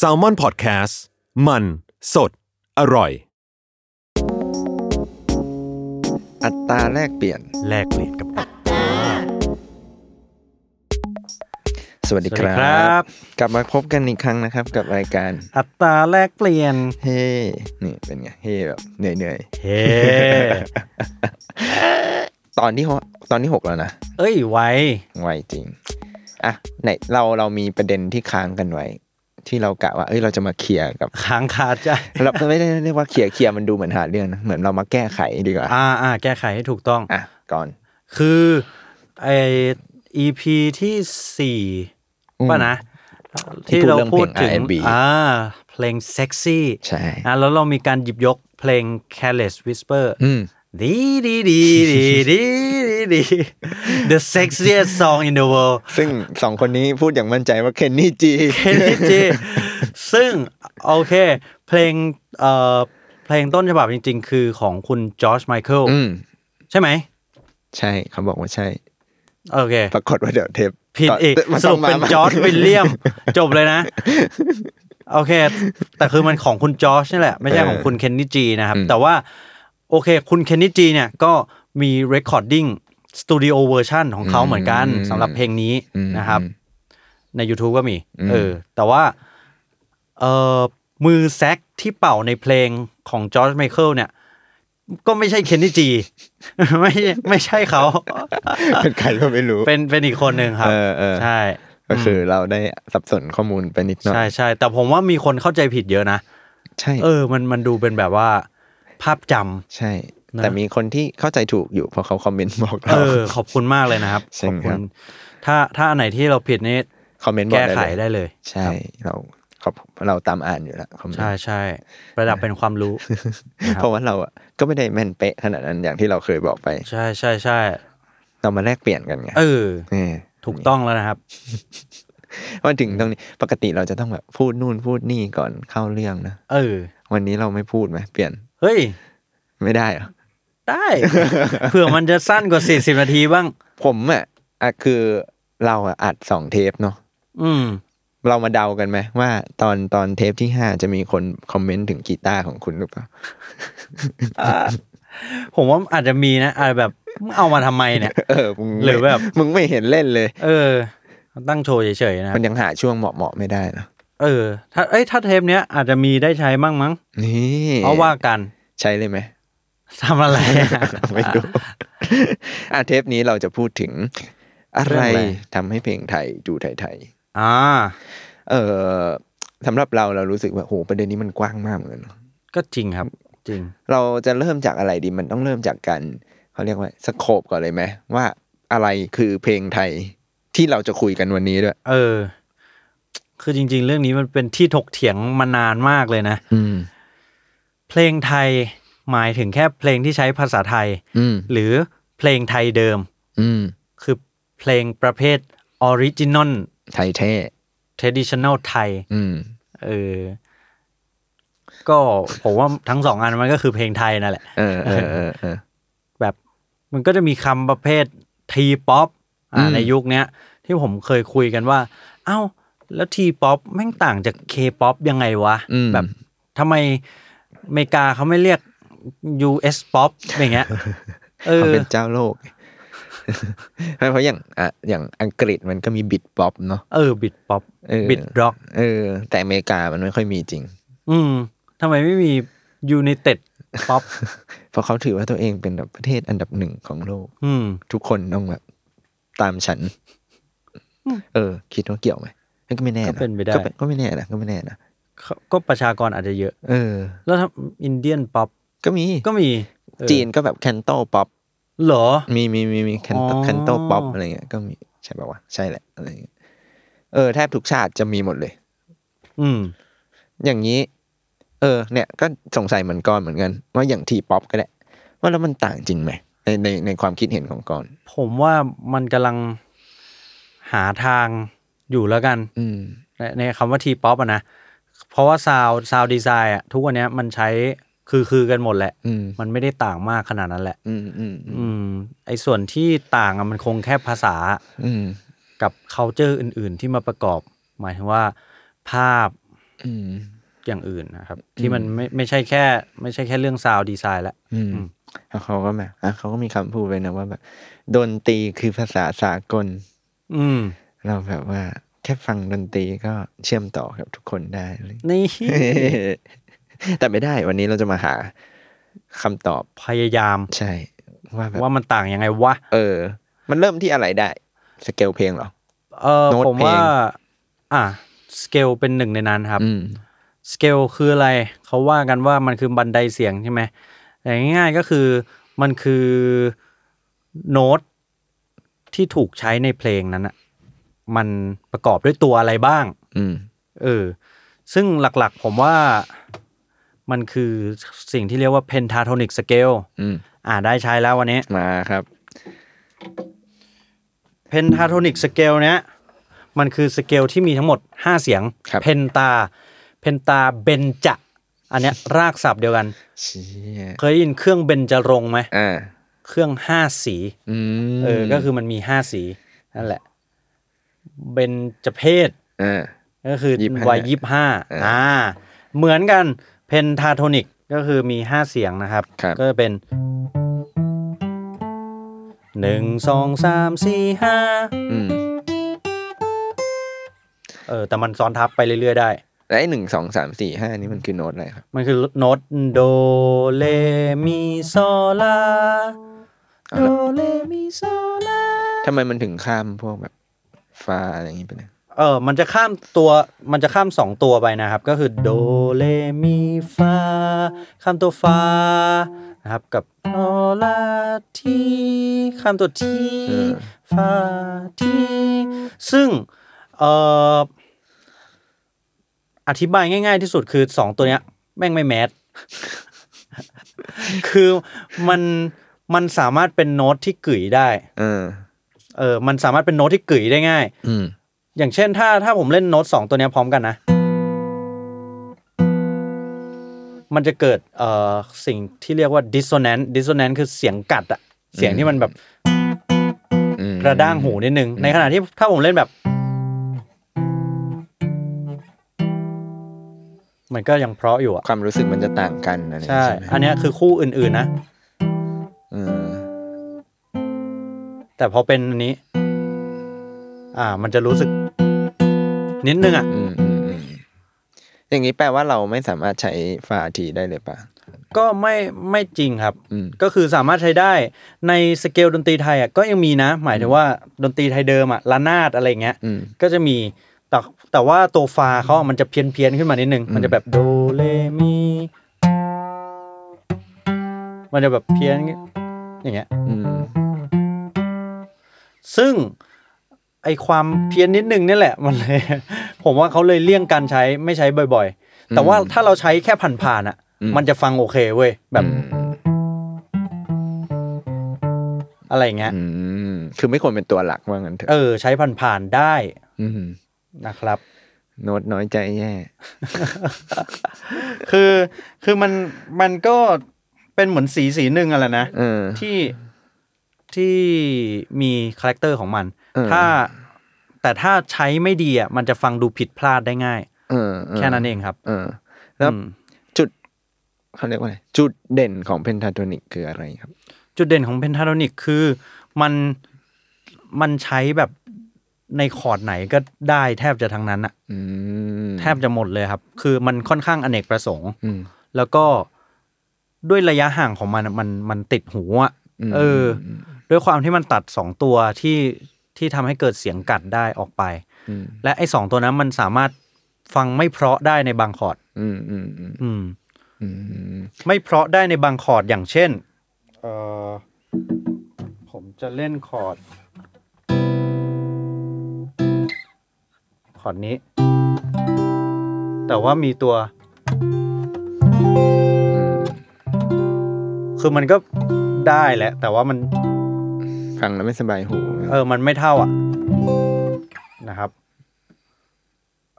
s a l m o n PODCAST มันสดอร่อย อัตราแลกเปลี่ยน แลกเปลี่ยนกับอัตรา สวัสดีครั สวัสดีครับ บ กลับมาพบกันอีกครั้งนะครับ กับรายการ อัตราแลกเปลี่ยน เฮ้นี่เป็นไงเฮ้แบบเหนื่อยเหนื่อย เฮ้ ๆตอนที่หกตอนที่หกแล้วนะ เอ้ยไว ไวจริง อ่ะไหนเราเรามีประเด็นที่ค้างกันไว้ ที่เรากะว่าเอ้ยเราจะมาเคลียร์กับ ค้างคาใจ เราไม่ได้เรียกว่าเคลียร์เคลียร์มันดูเหมือนหาเรื่องนะเหมือนเรามาแก้ไขดีกว่า อ่าอ่าแก้ไขให้ถูกต้อง อ่ะก่อน คือไอ EP ที่สี่ อืม ป่ะนะ ที่ ที่เราพูดถึง พูดเรื่องเพลง R&B อ่าเพลงเซ็กซี่ ใช่ อ่ะแล้วเรามีการหยิบยกเพลง Careless Whisper อืม ดีดีดีดีดีดีดี The sexiest song in the world ซึ่งสองคนนี้พูดอย่างมั่นใจว่าเคนนี่จี เคนนิ จิซึ่ง โอเค เพลงเอ่อเพลงต้นฉบับจริง ๆ คือของคุณจอร์จไมเคิล อืม ใช่ไหม ใช่เขาบอกว่าใช่ โอเค ปรากฏว่าเดี๋ยวเทป ผิดอีก มัน ส ต้ รุ ง ป มา เป็น ใหม่ จอร์จวิลเลียม จบเลยนะ โอเค แต่คือมันของคุณจอร์จนี่แหละ ไม่ใช่ เออ ของคุณเคนนิจินะครับ อืม แต่ว่า โอเค คุณเคนนิจิเนี่ย ก็มีเรคคอร์ดดิ้งสตูดิโอเวอร์ชันของเขาเหมือนกันสำหรับเพลงนี้ อืม นะครับ ใน YouTube ก็มี อืม เออ แต่ว่า เออมือแซกที่เป่าในเพลงของจอร์จไมเคิลเนี่ย ก็ไม่ใช่เคนนี่จี ไม่ใช่ไม่ใช่เขา เป็นใครก็ไม่รู้ เป็นเป็นอีกคนหนึ่งครับ เออเออ ใช่ ก็คือเราได้สับสนข้อมูลไปนิดหน่อ ใช่ ย ใช่แต่ผมว่ามีคนเข้าใจผิดเยอะนะ ใช่ เออ มันมันดูเป็นแบบว่า ภาพจำ ใช่ แต่ นะ มีคนที่เข้าใจถูกอยู่เพราะเขาคอมเมนต์บอก เอ เรา อ ขอบคุณมากเลยนะครับ ใช่ ขอบคุ ครั ณ บ ถ้าถ้าอันไหนที่เราผิดนี่ คอมเมนต์บอก แก้ไข ได้เลย ได้เลย ใช่เราขอบเราตามอ่านอยู่ละคอมเมน ใช่ ต์ ใช่ประดับเป็นความรู้ ครับ เพราะว่าเราอะก็ไม่ได้แม่นเป๊ะขนาดนั้นอย่างที่เราเคยบอกไป ใช่ใช่ใช่ เรามาแลกเปลี่ยนกันไง เออ เออ ถูกต้องแล้วนะครับ ว่าถึงตรงนี้ปกติเราจะต้องแบบพูดนู่นพูดนี่ก่อนเข้าเรื่องนะ เออ วันนี้เราไม่พูดไหมเปลี่ยน เฮ้ย ไม่ได้เหรอ ได้ เผื่อมันจะสั้นกว่า 40 นาทีบ้าง ผมอ่ะอะคือเราอะอัดสองเทปเนาะ อืม เรามาเดากันไหมว่าตอนตอนเทปที่ห้าจะมีคนคอมเมนต์ถึงกีตาร์ของคุณหรือเปล่า ผมว่าอาจจะมีนะอาจจะแบบมึงเอามาทำไมเนี่ย เออมึงไม่ หรือแบบ มึงไม่เห็นเล่นเลย เออ ตั้งโชว์เฉยๆนะครับ มันยังหาช่วงเหมาะเหมาะๆไม่ได้นะ เออ ถ้า เอ้ย ถ้าเทปเนี้ยอาจจะมีได้ใช้บ้างมั้ง นี่ เอาว่ากัน ใช้เลยไหม ทำอะไรอะ ไม่รู้ อ่ะเทปนี้เราจะพูดถึงอะไร เรื่องอะไร ทำให้เพลงไทยดูไทย อ่า ๆเออสำหรับเราเรารู้สึกว่าโหประเด็นนี้มันกว้างมากเหมือนกันเนอะ ก็จริงครับ จริง เราจะเริ่มจากอะไรดีมันต้องเริ่มจากการเขาเรียกว่าสโคปก่อนเลยไหมว่าอะไรคือเพลงไทยที่เราจะคุยกันวันนี้ด้วย เออ คือจริง ๆ เรื่องนี้มันเป็นที่ถกเถียงมานานมากเลยนะ อืม เพลงไทยหมายถึงแค่เพลงที่ใช้ภาษาไทย อืม หรือเพลงไทยเดิม อืม คือเพลงประเภทออริจินอล ไทยแท้ เทดิชัน a ลไทย อืม เออ ก็ผมว่าทั้งสองอันมันก็คือเพลงไทยนั่นแหละ เออเออเออเออ แบบมันก็จะมีคำประเภททีป๊อป อืม ในยุคเนี้ย ที่ผมเคยคุยกันว่า เอ้า แล้วทีป๊อปแม่งต่างจากเคป๊อปยังไงวะ อืม แบบทำไมอเมริกาเขาไม่เรียก US Pop อย่างเงี้ย เอ เขา อ เป็นเจ้าโลก เพราะอย่างอ่ะอย่างอังกฤษมันก็มีบิดป๊อปเนาะ เออ บิดป๊อป เออ บิดร็อก เออ แต่อเมริกามันไม่ค่อยมีจริง อืมทำไมไม่มี United Pop เพราะเขาถือว่าตัวเองเป็นแบบประเทศอันดับหนึ่งของโลก อืม ทุกคนต้องแบบตามฉัน อืม เออ คิดว่าเกี่ยวไหมก็ไม่แน่ ก็เป็นไปได้ ก็ก็ไม่แน่นะก็ไม่แน่นะ เขาก็ประชากรอาจจะเยอะ เออ แล้วถ้าอินเดียนป๊อป ก็มี ก็มีเออ จีนก็แบบแคนโตป๊อป เหรอ มีมีมีมีแคนโต อ๋อ แคนโตป๊อปอะไรเงี้ยก็มีใช่ป่าวะใช่แหละอะไรเงี้ย เออแทบทุกชาติจะมีหมดเลย อืม อย่างนี้ เออ เนี่ยก็สงสัยเหมือนกอนเหมือนกัน ว่าอย่างทีป๊อปก็ได้ว่าแล้วมันต่างจริงไหมในในในความคิดเห็นของกอน ผมว่ามันกำลังหาทางอยู่แล้วกัน อืม ในในคำว่าทีป๊อปอะนะ เพราะว่าซาวซาวดีไซน์อะทุกวันเนี้ยมันใช้คือคือกันหมดแหละ อืม มันไม่ได้ต่างมากขนาดนั้นแหละ อืมอืมอืม อืม ไอ้ส่วนที่ต่างอะมันคงแค่ภาษา อืม กับ c u เจอร์อื่น ๆ ที่มาประกอบ หมายถึงว่าภาพ อืม อย่างอื่นนะครับ ที่มันไม่ไม่ใช่แค่ ไม่ใช่แค่เรื่องซาวดีไซน์ละ อืมแล้วเขาก็แบบอ่ะเขาก็มีคำพูดไปนะว่าแบบดนตรีคือภาษาสากล อืม เราแบบว่า แค่ฟังดนตรีก็เชื่อมต่อกับทุกคนได้เลย นี่ แต่ไม่ได้วันนี้เราจะมาหาคำตอบ พยายาม ใช่ ว่าแบบ ว่ามันต่างยังไงวะ เออ มันเริ่มที่อะไรได้ สเกลเพลงเหรอ เออ โน้ต ผม เพลง ว่า อ่ะสเกลเป็นหนึ่งในนั้นครับ อืม สเกลคืออะไร เขาว่ากันว่ามันคือบันไดเสียงใช่ไหมแต่ง่ายๆก็คือมันคือโน้ตที่ถูกใช้ในเพลงนั้นอะมันประกอบด้วยตัวอะไรบ้าง อืม เออ ซึ่งหลักๆผมว่ามันคือสิ่งที่เรียกว่า pentatonic scale อืม อ่าได้ใช้แล้ววันนี้ มาครับ เพนทาโทนิกสเกลเนี้ยมันคือสเกลที่มีทั้งหมด 5 เสียง ครับ เพนตา เพนตาเบนจะอันเนี้ย รากศัพท์เดียวกัน เชี่ย เคยได้ยินเครื่องเบนจรงค์ไหม อ่า เครื่อง 5 สี อืม เออ ก็คือมันมี 5 สี นั่นแหละ เบนจเพศ อ่า ก็คือ 25 วัยยี่ห้า อ่า อ่า เหมือนกันเพนทาโทนิกก็คือมี 5 เสียงนะครับ ครับ ก็จะเป็นหนึ่งสองสามสี่ห้า อืม เออแต่มันซ้อนทับไปเรื่อยๆได้ แล้วไอ้หนึ่งสองสามสี่ห้านี่มันคือโน้ตอะไรครับ มันคือโน้ตโดเลมีโซลา เอา โด ละ เลมีโซลา ทำไมมันถึงข้ามพวกแบบฟาอะไรอย่างนี้ไปเนี่ย เออมันจะข้ามตัวมันจะข้ามสองตัวไปนะครับ ก็คือโดเลมีฟาข้ามตัวฟานะครับกับโอลาทีข้ามตัวทีฟาทีซึ่งเอออธิบายง่าย ๆ ที่สุดคือสองตัวเนี้ย แม่งไม่แมท คือมันมันสามารถเป็นโน้ตที่กึ๋ยได้ เออ เออ มันสามารถเป็นโน้ตที่กึ๋ยได้ง่าย อืม อย่างเช่นถ้าถ้าผมเล่นโน้ตสองตัวเนี้ยพร้อมกันนะ มันจะเกิดเอ่อสิ่งที่เรียกว่า dissonance dissonance คือเสียงกัดอะเสียงที่มันแบบ อืม กระด้างหูนิดนึง ในขณะที่ถ้าผมเล่นแบบ มันก็ยังเพราะอยู่อะ ความรู้สึกมันจะต่างกันอะไรอย่าง ใช่ งี้ใช่ไหม อันเนี้ยคือคู่อื่นๆนะ เออ แต่พอเป็นอันนี้ อ่า มันจะรู้สึก นิดนึงอ่ะ อืมอืมอืมอย่างนี้แปลว่าเราไม่สามารถใช้ฟาทีได้เลยป่ะ ก็ไม่ไม่จริงครับ อืม ก็คือสามารถใช้ได้ในสเกลดนตรีไทยอ่ะก็ยังมีนะ หมายถึงว่าดนตรีไทยเดิมอ่ะระนาดอะไรอย่างเงี้ย อืม ก็จะมีแต่แต่ว่าตัวฟาเขาอะมันจะเพี้ยนเพียนๆขึ้นมานิดนึง มันจะแบบโดเลมีมันจะแบบเพี้ยนอย่างเงี้ย อืม ซึ่งไอความเพี้ยนนิดนึงนี่แหละมันเลย ผมว่าเขาเลยเลี่ยงการใช้ไม่ใช้บ่อยๆ แต่ว่าถ้าเราใช้แค่ผ่านๆอ่ะ อืม มันจะฟังโอเคเว้ยแบบ อืม อะไรอย่างเงี้ย อืม คือไม่ควรเป็นตัวหลักว่างั้นเถอะ เออ ใช้ผ่านๆได้ อืม นะครับ โน้ตน้อยใจแย่ คือคือมันมันก็เป็นเหมือนสีสีหนึ่งอะไรนะ เออ ที่ที่มีคาแรคเตอร์ของมัน เออ ถ้าแต่ถ้าใช้ไม่ดีอ่ะมันจะฟังดูผิดพลาดได้ง่าย เออเออ แค่นั้นเองครับ เออ แล้ว อืม จุดเขาเรียกว่าอะไร จุดเด่นของเพนทาโทนิกคืออะไรครับ จุดเด่นของเพนทาโทนิกคือมันมันใช้แบบในคอร์ดไหนก็ได้แทบจะทั้งนั้นอะ อืม แทบจะหมดเลยครับ คือมันค่อนข้างอเนกประสงค์ อืม แล้วก็ด้วยระยะห่างของมันอะมันมันติดหูอะ อืม เออ ด้วยความที่มันตัดสองตัวที่ที่ทำให้เกิดเสียงกัดได้ออกไป อืม และไอ้สองตัวนั้นมันสามารถฟังไม่เพราะได้ในบางคอร์ด อืมอืมอืม อืม อืม ไม่เพราะได้ในบางคอร์ดอย่างเช่น เออผมจะเล่นคอร์ด คอร์ดนี้ แต่ว่ามีตัว อืม คือมันก็ได้แหละ แต่ว่ามัน ฟังแล้วไม่สบายหู เออ มันไม่เท่าอ่ะ นะครับ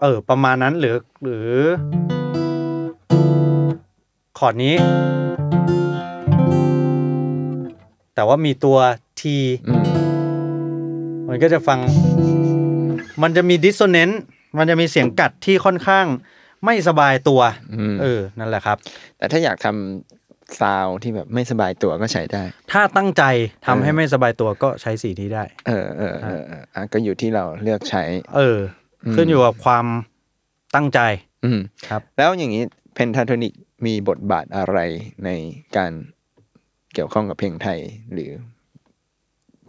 เออ ประมาณนั้นหรือ หรือ คอร์ดนี้ แต่ว่ามีตัว T ม มันก็จะฟัง มันจะมีดิสโซเนนต์ มันจะมีเสียงกัดที่ค่อนข้างไม่สบายตัว อืม เออ นั่นแหละครับ แต่ถ้าอยากทำซาวด์ที่แบบไม่สบายตัวก็ใช้ได้ ถ้าตั้งใจทำให้ไม่สบายตัวก็ใช้สีนี้ได้ เออเออเออเอออ่ะก็อยู่ที่เราเลือกใช้ เออ ขึ้นอยู่กับความตั้งใจ อืม ครับ แล้วอย่างนี้เพนทาโทนิกมีบทบาทอะไรในการเกี่ยวข้องกับเพลงไทย หรือ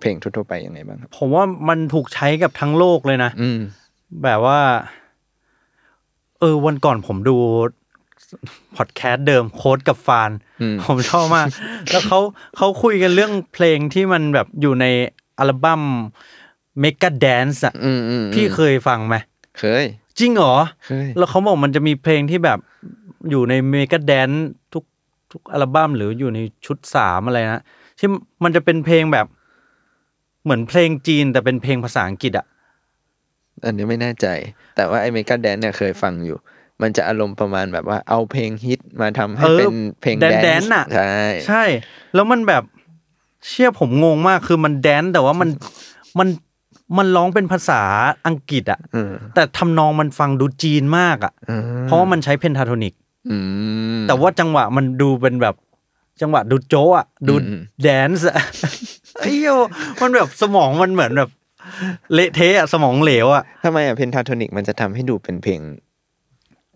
เพลงทั่วๆไปยังไงบ้างครับ ผมว่ามันถูกใช้กับทั้งโลกเลยนะ อืม แบบว่า เออ วันก่อนผมดู พอดแคสต์เดิมโค้ดกับฟาน อืม ผมชอบมาก แล้วเขาเขาคุยกันเรื่องเพลงที่มันแบบอยู่ในอัลบั้ม Mega Dance อ่ะ อืมอืมอืม พี่เคยฟังไหม เคย จริงเหรอ เคย แล้วเขาบอกมันจะมีเพลงที่แบบอยู่ในเมก a แดนทุกทุกอัลบั้มหรืออยู่ในชุดสามอะไรนะที่มันจะเป็นเพลงแบบ เหมือนเพลงจีนแต่เป็นเพลงภาษาอังกฤษอะ อันนี้ไม่แน่ใจ แต่ว่าไอเมกาแดนเนี่ยเคยฟังอยู่ มันจะอารมณ์ประมาณแบบว่าเอาเพลงฮิตมาทำให้เป็นเพลง แดน แด แด น น ซ์ อะ ใช่ ใช่ แล้วมันแบบเชื่อผมงงมากคือมันแดนแต่ ว่ามันมันมันร้องเป็นภาษาอังกฤษอะ อืม แต่ทำนองมันฟังดูจีนมากอะ อืม เพราะว่ามันใช้เพนทาโทนิก อืม แต่ว่าจังหวะมันดูเป็นแบบ จังหวะดูโจะอะดู อืม แดนซ์อะ เอ้ยมันแบบสมองมันเหมือนแบบ เละเทะอะสมองเหลวอะ ทำไมอะเพนทาโทนิกมันจะทำให้ดูเป็นเพลง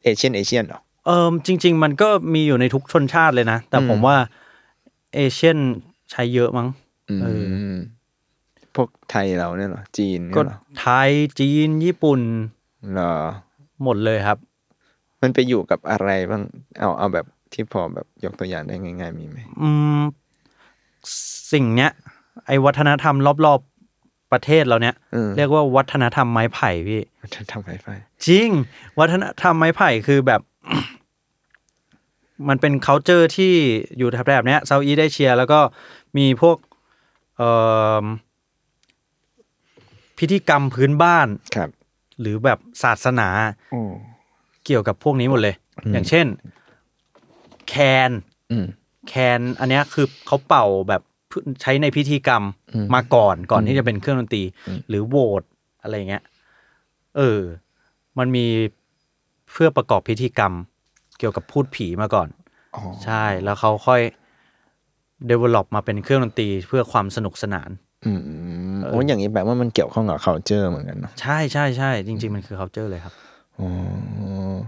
เอเชียนเอเชียนหรอ เออจริง ๆ มันก็มีอยู่ในทุกชนชาติเลยนะ แต่ผม อืม ว่าเอเชียนใช้เยอะมั้ง อื เอ มพวกไทยเราเนี่ยเหรอ จีน ก็ เนี่ยเหรอ ไทยจีนญี่ปุ่น เหรอ หมดเลยครับ มันไปอยู่กับอะไรบ้าง เอาเอาแบบที่พอแบบยกตัวอย่างได้ง่าย ๆ มีไหม อืมสิ่งเนี้ย ไอวัฒนธรรมรอบๆประเทศเราเนี้ย อืม เรียกว่าวัฒนธรรมไม้ไผ่พี่ จะทำไฟไฟ จริง วัฒนธรรมไม้ไผ่คือแบบ มันเป็น c u เจอร์ที่อยู่แถบๆเนี้ยเซาท์อีได้เชีย แล้วก็มีพวกเอ่อพิธีกรรมพื้นบ้าน ครับ หรือแบบศาสนา โอ้ เกี่ยวกับพวกนี้หมดเลย อย่างเช่น แคน อืม แคนอันเนี้ยคือเขาเป่าแบบใช้ในพิธีกรรม อืม มาก่อนก่อนที่จะเป็นเครื่องดนตรี อืม หรือโหวตอะไรเงี้ยเออ มันมีเพื่อประกอบพิธีกรรม เกี่ยวกับพูดผีมาก่อน อ๋อ ใช่แล้วเขาค่อย develop มาเป็นเครื่องดนตรีเพื่อความสนุกสนาน อืมโอ้อย่างนี้แปลว่ามันเกี่ยวข้องกับ culture เหมือนกันเนาะ ใช่ใช่ใช่จริง ๆ มันคือ culture เลยครับ อ๋อ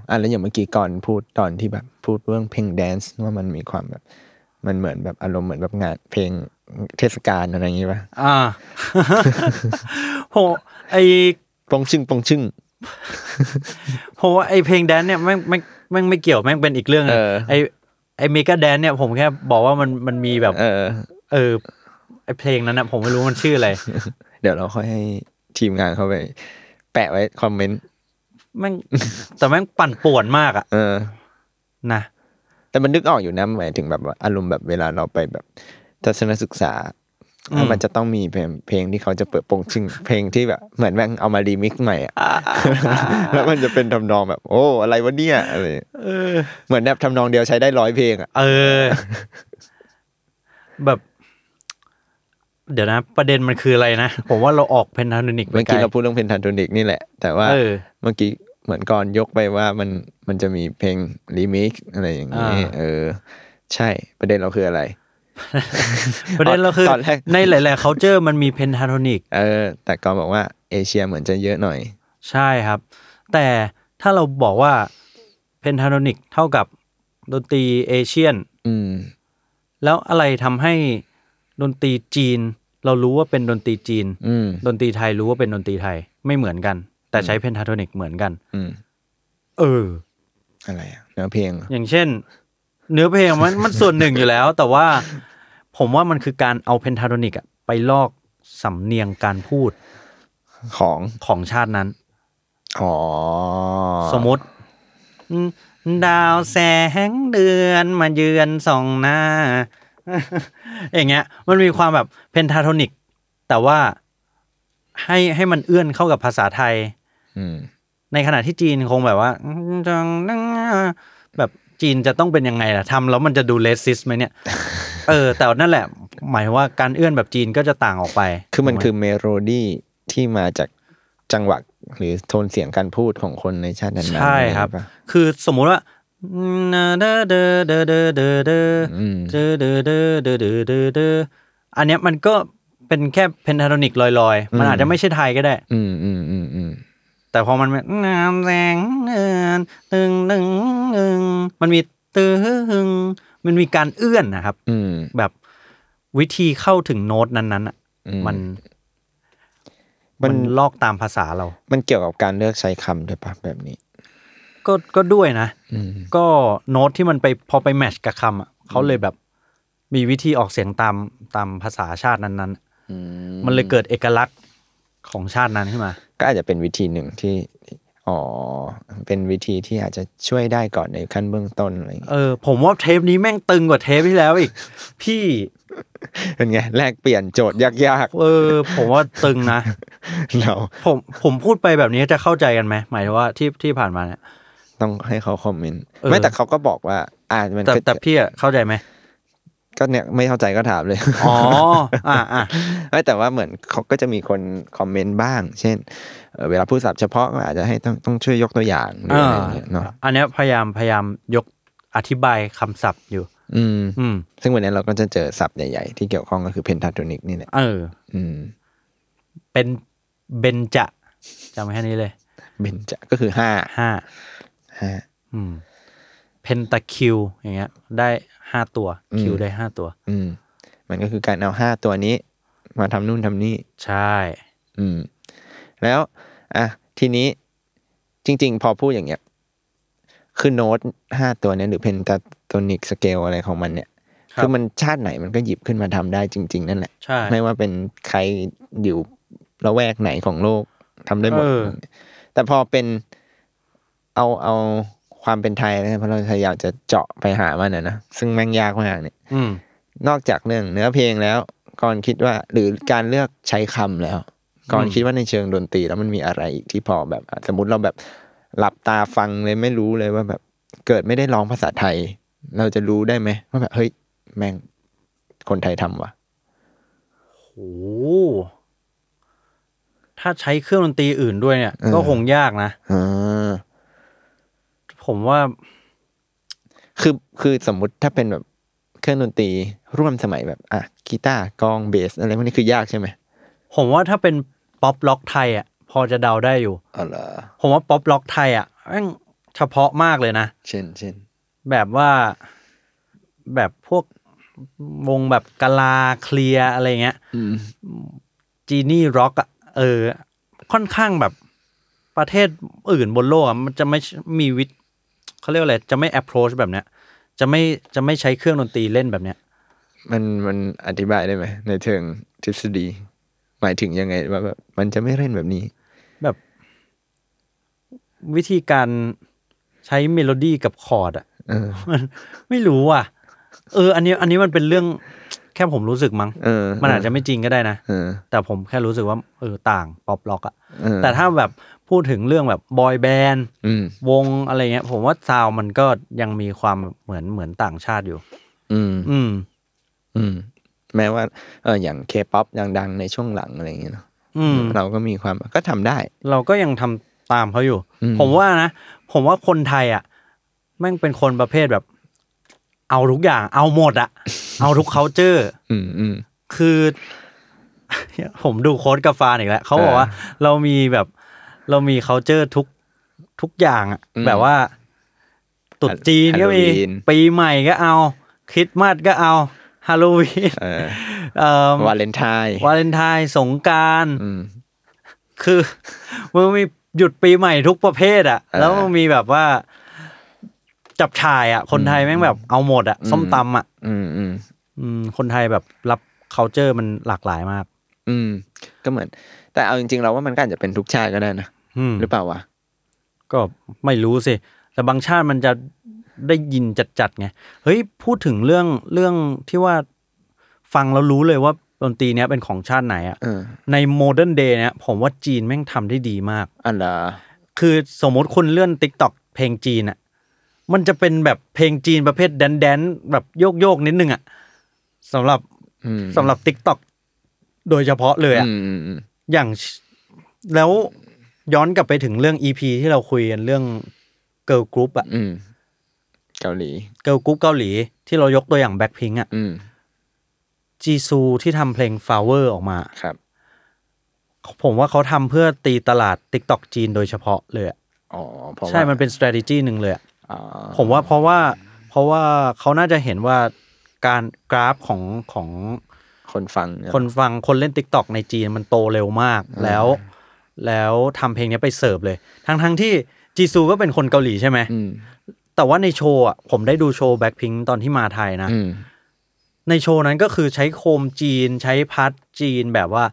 อ่ะแล้วอย่างเมื่อกี้ก่อนพูดตอนที่แบบพูดเรื่องเพลงแดนซ์ว่ามันมีความแบบ มันเหมือนแบบอารมณ์เหมือนแบบงานเพลงเทศกาลอะไรอย่างงี้ป่ะ อ่า โหไอ ปงชึ่งปงชึ่ง เพราะว่าไอเพลงแดนซ์เนี่ยแม่งแม่งแม่งไม่เกี่ยวแม่งเป็นอีกเรื่องหนึ่ง เออ ไอไอเมกาแดนซ์เนี่ยผมแค่บอกว่ามันมันมีแบบ เออ เออไอเพลงนั้นนะผมไม่รู้มัน ชื่ออะไร เดี๋ยวเราค่อยให้ทีมงานเข้าไป แปะไว้คอมเมนต์ แม่งแต่แม่งปั่นป่วนมากอะ เออ นะ แต่มันนึกออกอยู่นะหมายถึงแบบว่าอารมณ์แบบเวลาเราไปแบบทัศนศึกษาแล้วมันจะต้องมีเพลงเพลงที่เขาจะเปิดโปงชึ่ง เพลงที่แบบ เหมือนแม่งเอามารีมิกซ์ใหม่ อะ แล้วมันจะเป็นทำนองแบบ โอ้ อะไรวะเนี่ยอะไร เออ เหมือนแบบทำนองเดียวใช้ได้ร้อยเพลงอ่ะ เอ อ แบบ เดี๋ยวนะ ประเด็นมันคืออะไรนะ ผมว่าเราออกเพนทาโทนิกไป เมื่อ ไกล กี้เราพูดเรื่องเพนทาโทนิกนี่แหละ แต่ว่า เออ เมื่อกี้เหมือนก่อนยกไปว่ามันมันจะมีเพลงรีมิกซ์อะไรอย่างนี้ อ่า เออ ใช่ประเด็นเราคืออะไร ประเด็นเราคือ ตอนแรก ในหลายๆ culture มันมีเพนทาโทนิก เออ แต่ก่อนบอกว่าเอเชียเหมือนจะเยอะหน่อย ใช่ครับ แต่ถ้าเราบอกว่าเพนทาโทนิกเท่ากับดนตรีเอเชียน อืม แล้วอะไรทำให้ดนตรีจีน เรารู้ว่าเป็นดนตรีจีน อืม ดนตรีไทยรู้ว่าเป็นดนตรีไทยไม่เหมือนกัน แต่ใช้เพนทาโทนิกเหมือนกัน อืม เออ อะไรอะเนื้อเพลงเหรอ อย่างเช่น เนื้อเพลงมัน มันส่วนหนึ่งอยู่แล้ว แต่ว่าผมว่ามันคือการเอาเพนทาโทนิกอะไปลอกสำเนียงการพูด ของ ของชาตินั้น อ๋อ สมมติดาวแสงเดือนมาเยือนส่องหน้า อย่างเงี้ย มันมีความแบบเพนทาโทนิก แต่ว่าให้ให้มันเอื้อนเข้ากับภาษาไทย อืม ในขณะที่จีนคงแบบว่าแบบจีนจะต้องเป็นยังไงล่ะทำแล้วมันจะดูเลสซิสไหม เนี่ย เออ แต่นั่นแหละ หมายว่าการเอื้อนแบบจีนก็จะต่างออกไป คือมันคือเมโลดี้ที่มาจากจังหวะหรือโทนเสียงการพูดของคนในชาตินั้นๆ ใช่ครับ อะไอย่างเงี้ยปะ คือสมมุติว่าเดอเดอเดอเดอเดอเดอ อืม เดอเดอเดอเดอเดอเดอเดออันเนี้ยมันก็เป็นแค่เพนทาโทนิกลอยๆ มันอาจจะไม่ใช่ไทยก็ได้ อืมอืมอืมอืม แต่พอมันเป็นน้ำแสงเงินตึงหนึ่งหนึ่งมันมีตึงมันมีการเอื้อนนะครับ อืม แบบวิธีเข้าถึงโน้ตนั้นๆอ่ะ อืม มัน มั มัน นลอกตามภาษาเรา มันเกี่ยวกับการเลือกใช้คำด้วยปะแบบนี้ ก็ก็ด้วยนะ อืม ก็โน้ตที่มันไปพอไปแมทชกับคำอะเขาเลยแบบมีวิธีออกเสียงตามตามภาษาชาตินั้นๆ อื มันเลยเกิดเอกลักษณ์ของชาตินั้นขึ้นมา ก็อาจจะเป็นวิธีหนึ่งที่ อ๋อ เป็นวิธีที่อาจจะช่วยได้ก่อนในขั้นเบื้องต้นอะไรอย่างเงี้ย เออ ผมว่าเทปนี้แม่งตึงกว่าเทปที่แล้วอีก พี่ เป็นไงแลกเปลี่ยนโจทย์ยาก เออ ผมว่าตึงนะ ๆ เรา ผมผมพูดไปแบบนี้จะเข้าใจกันไหมหมายถึงว่าที่ที่ผ่านมาเนี่ย ต้องให้เขาคอมเมนต์ เออ ไม่แต่เขาก็บอกว่า อ่ามัน แต่ ก็ แต่พี่อะเข้าใจไหม ก็เนี่ยไม่เข้าใจก็ถามเลย อ๋อ อ่ะอ่ะ ไม่แต่ว่าเหมือนเขาก็จะมีคนคอมเมนต์บ้าง เช่นเอ่อเวลาพูดสับเฉพาะก็อาจจะให้ต้องต้องช่วยยกตัวอย่างหรืออะไรอย่างเงี้ยเนาะ อันเนี้ยพยายามพยายามยกอธิบายคำศัพท์อยู่ อืม อืม ซึ่งวันนี้เราก็จะเจอศัพท์ใหญ่ๆ ที่เกี่ยวข้องก็คือเพนทาโทนิกนี่แหละ เออ อืม เป็นเบนจะจำแค่นี้เลย เบนจะก็คือห้า ห้า ห้า อืมเพนตาคิวอย่างเงี้ย ได้ห้าตัวคิวได้ห้าตัว อืมมันก็คือการเอาห้าตัวนี้ มาทำนู่นทำนี่ ใช่ อืม แล้วอ่ะทีนี้จริง ๆ พอพูดอย่างเงี้ย คือโน้ตห้าตัวเนี้ยหรือเพนตาโทนิกสเกลอะไรของมันเนี่ย ครับ คือมันชาติไหนมันก็หยิบขึ้นมาทำได้จริง ๆ นั่นแหละ ใช่ ไม่ว่าเป็นใครอยู่ละแวกไหนของโลกทำได้หมด เออ แต่พอเป็นเอาเอาความเป็นไทยนะเพราะเราพยายามจะเจาะไปหามันนะนะซึ่งแม่งยากมากเนี่ย อืม นอกจากเรื่องเนื้อเพลงแล้วก่อนคิดว่าหรือการเลือกใช้คำแล้วก่อน อืม คิดว่าในเชิงดนตรีแล้วมันมีอะไรอีกที่พอแบบ สมมติเราแบบหลับตาฟังเลยไม่รู้เลยว่าแบบ เกิดไม่ได้ร้องภาษาไทย เราจะรู้ได้ไหมว่าแบบเฮ้ยแม่งคนไทยทำว่ะ โอ้โหถ้าใช้เครื่องดนตรีอื่นด้วยเนี่ย เออ ก็คงยากนะ อ่า ผมว่า คือคือสมมุติถ้าเป็นแบบเครื่องดนตรีร่วมสมัยแบบอ่ะกีตาร์กลองเบสอะไรพวกนี้คือยากใช่ไหม ผมว่าถ้าเป็นป๊อปล็อกไทยอ่ะ พอจะเดาได้อยู่ อ๋อเหรอ ผมว่าป๊อปล็อกไทยอ่ะแม่งเฉพาะมากเลยนะ เช่นเช่น แบบว่าแบบพวกวงแบบกะลาเคลียร์อะไรเงี้ย อืม จีนี่ร็อกอ่ะเออ ค่อนข้างแบบประเทศอื่นบนโลกอะมันจะไม่มีวิธีเขาเรียกว่าอะไรจะไม่ approach แบบเนี้ย จะไม่จะไม่ใช้เครื่องดนตรีเล่นแบบเนี้ย มันมันอธิบายได้ไหมในเชิงทฤษฎี หมายถึงยังไงว่าแบบมันจะไม่เล่นแบบนี้ แบบวิธีการใช้เมโลดี้กับคอร์ดอะ เออ มันไม่รู้อ่ะ เออ อันนี้อันนี้มันเป็นเรื่องแค่ผมรู้สึกมั้ง เออ มันอาจจะไม่จริงก็ได้นะ เออ แต่ผมแค่รู้สึกว่าเออต่างป๊อปล็อกอะ เออ แต่ถ้าแบบพูดถึงเรื่องแบบบอยแบนด์ อืม วงอะไรเงี้ย ผมว่าซาวด์มันก็ยังมีความเหมือนเหมือนต่างชาติอยู่ อืม อืม อืม แม้ว่า เอออย่างเคป๊อปดังๆ ในช่วงหลังอะไรอย่างเงี้ยเนอะ อืม เราก็มีความก็ทำได้ เราก็ยังทำตามเขาอยู่ อืม ผมว่านะ ผมว่าคนไทยอ่ะแม่งเป็นคนประเภทแบบ เอาทุกอย่าง เอาหมด อ่ะ เอาทุกเคาเจอร์ อืมอืม คือ ผมดูโค้ดกาฟานอีกแล้วเขาบอกว่า เรามีแบบเรามีเคาเจอร์ทุกทุกอย่างอ่ะ อืม แบบว่าตรุดจีนก็มี Halloween ปีใหม่ก็เอา คริสต์มาสก็เอาฮาโลวีน เออ เอ่อ วาเลนไทน์ วาเลนไทน์สงกราร อืม คือ มึงมีหยุดปีใหม่ทุกประเภทอะ เออ แล้วมึงมีแบบว่า จับชายอะคนไทยแม่งแบบเอาหมดอะ อืม ส้มตำอะ อืมอืม อืม คนไทยแบบรับ c u เจอร์มันหลากหลายมาก อืม ก็เหมือน แต่เอาจริงๆเราว่ามันก็อาจจะเป็นทุกชาติก็ได้นะ อืม หรือเปล่าวะ ก็ไม่รู้สิ แต่บางชาติมันจะได้ยินจัดๆไง เฮ้ย พูดถึงเรื่องเรื่องที่ว่าฟังแล้วรู้เลยว่าดนตรีเนี้ยเป็นของชาติไหนอะ เออ ในโมเดิร์นเดย์เนี้ยผมว่าจีนแม่งทำได้ดีมาก อันละ คือสมมติคุณเลื่อนติ๊กต็อกเพลงจีนอะมันจะเป็นแบบเพลงจีนประเภทแดนแดนๆแบบโยกโยกๆนิดนึงอะสำหรับ อืม สำหรับติ๊กต็อกโดยเฉพาะเลยอะ อืมอืมอืม อย่างชแล้วย้อนกลับไปถึงเรื่อง EP ที่เราคุยกันเรื่องเกิ l g ลกรุ๊ปอะ อืมเกาหลี เกิ l g ลกรุ๊ปเกาหลีที่เรายกตัวอย่างแบ็คพิงอะ อืม จีซูที่ทำเพลง Flower ออกมา ครับ ผมว่าเขาทำเพื่อตีตลาด TikTok จีนโดยเฉพาะเลยอะ อ๋อเพราะว่า ใช่มันเป็น s t r a t e g y หนึ่งเลยอะ อ๋อ ผมว่าเพราะว่าเพราะว่าเขาน่าจะเห็นว่าการกราฟของของ คนฟังเย คนฟังคนเล่น t ิ k t o k ในจีนมันโตเร็วมากแล้ว แล้วทำเพลงเนี้ยไปเสิร์ฟเลย ทั้งทั้งที่จีซูก็เป็นคนเกาหลีใช่ไหม อืม แต่ว่าในโชว์อ่ะผมได้ดูโชว์แบ็คพิงตอนที่มาไทยนะ อืม ในโชว์นั้นก็คือใช้โคมจีนใช้พัดจีนแบบว่า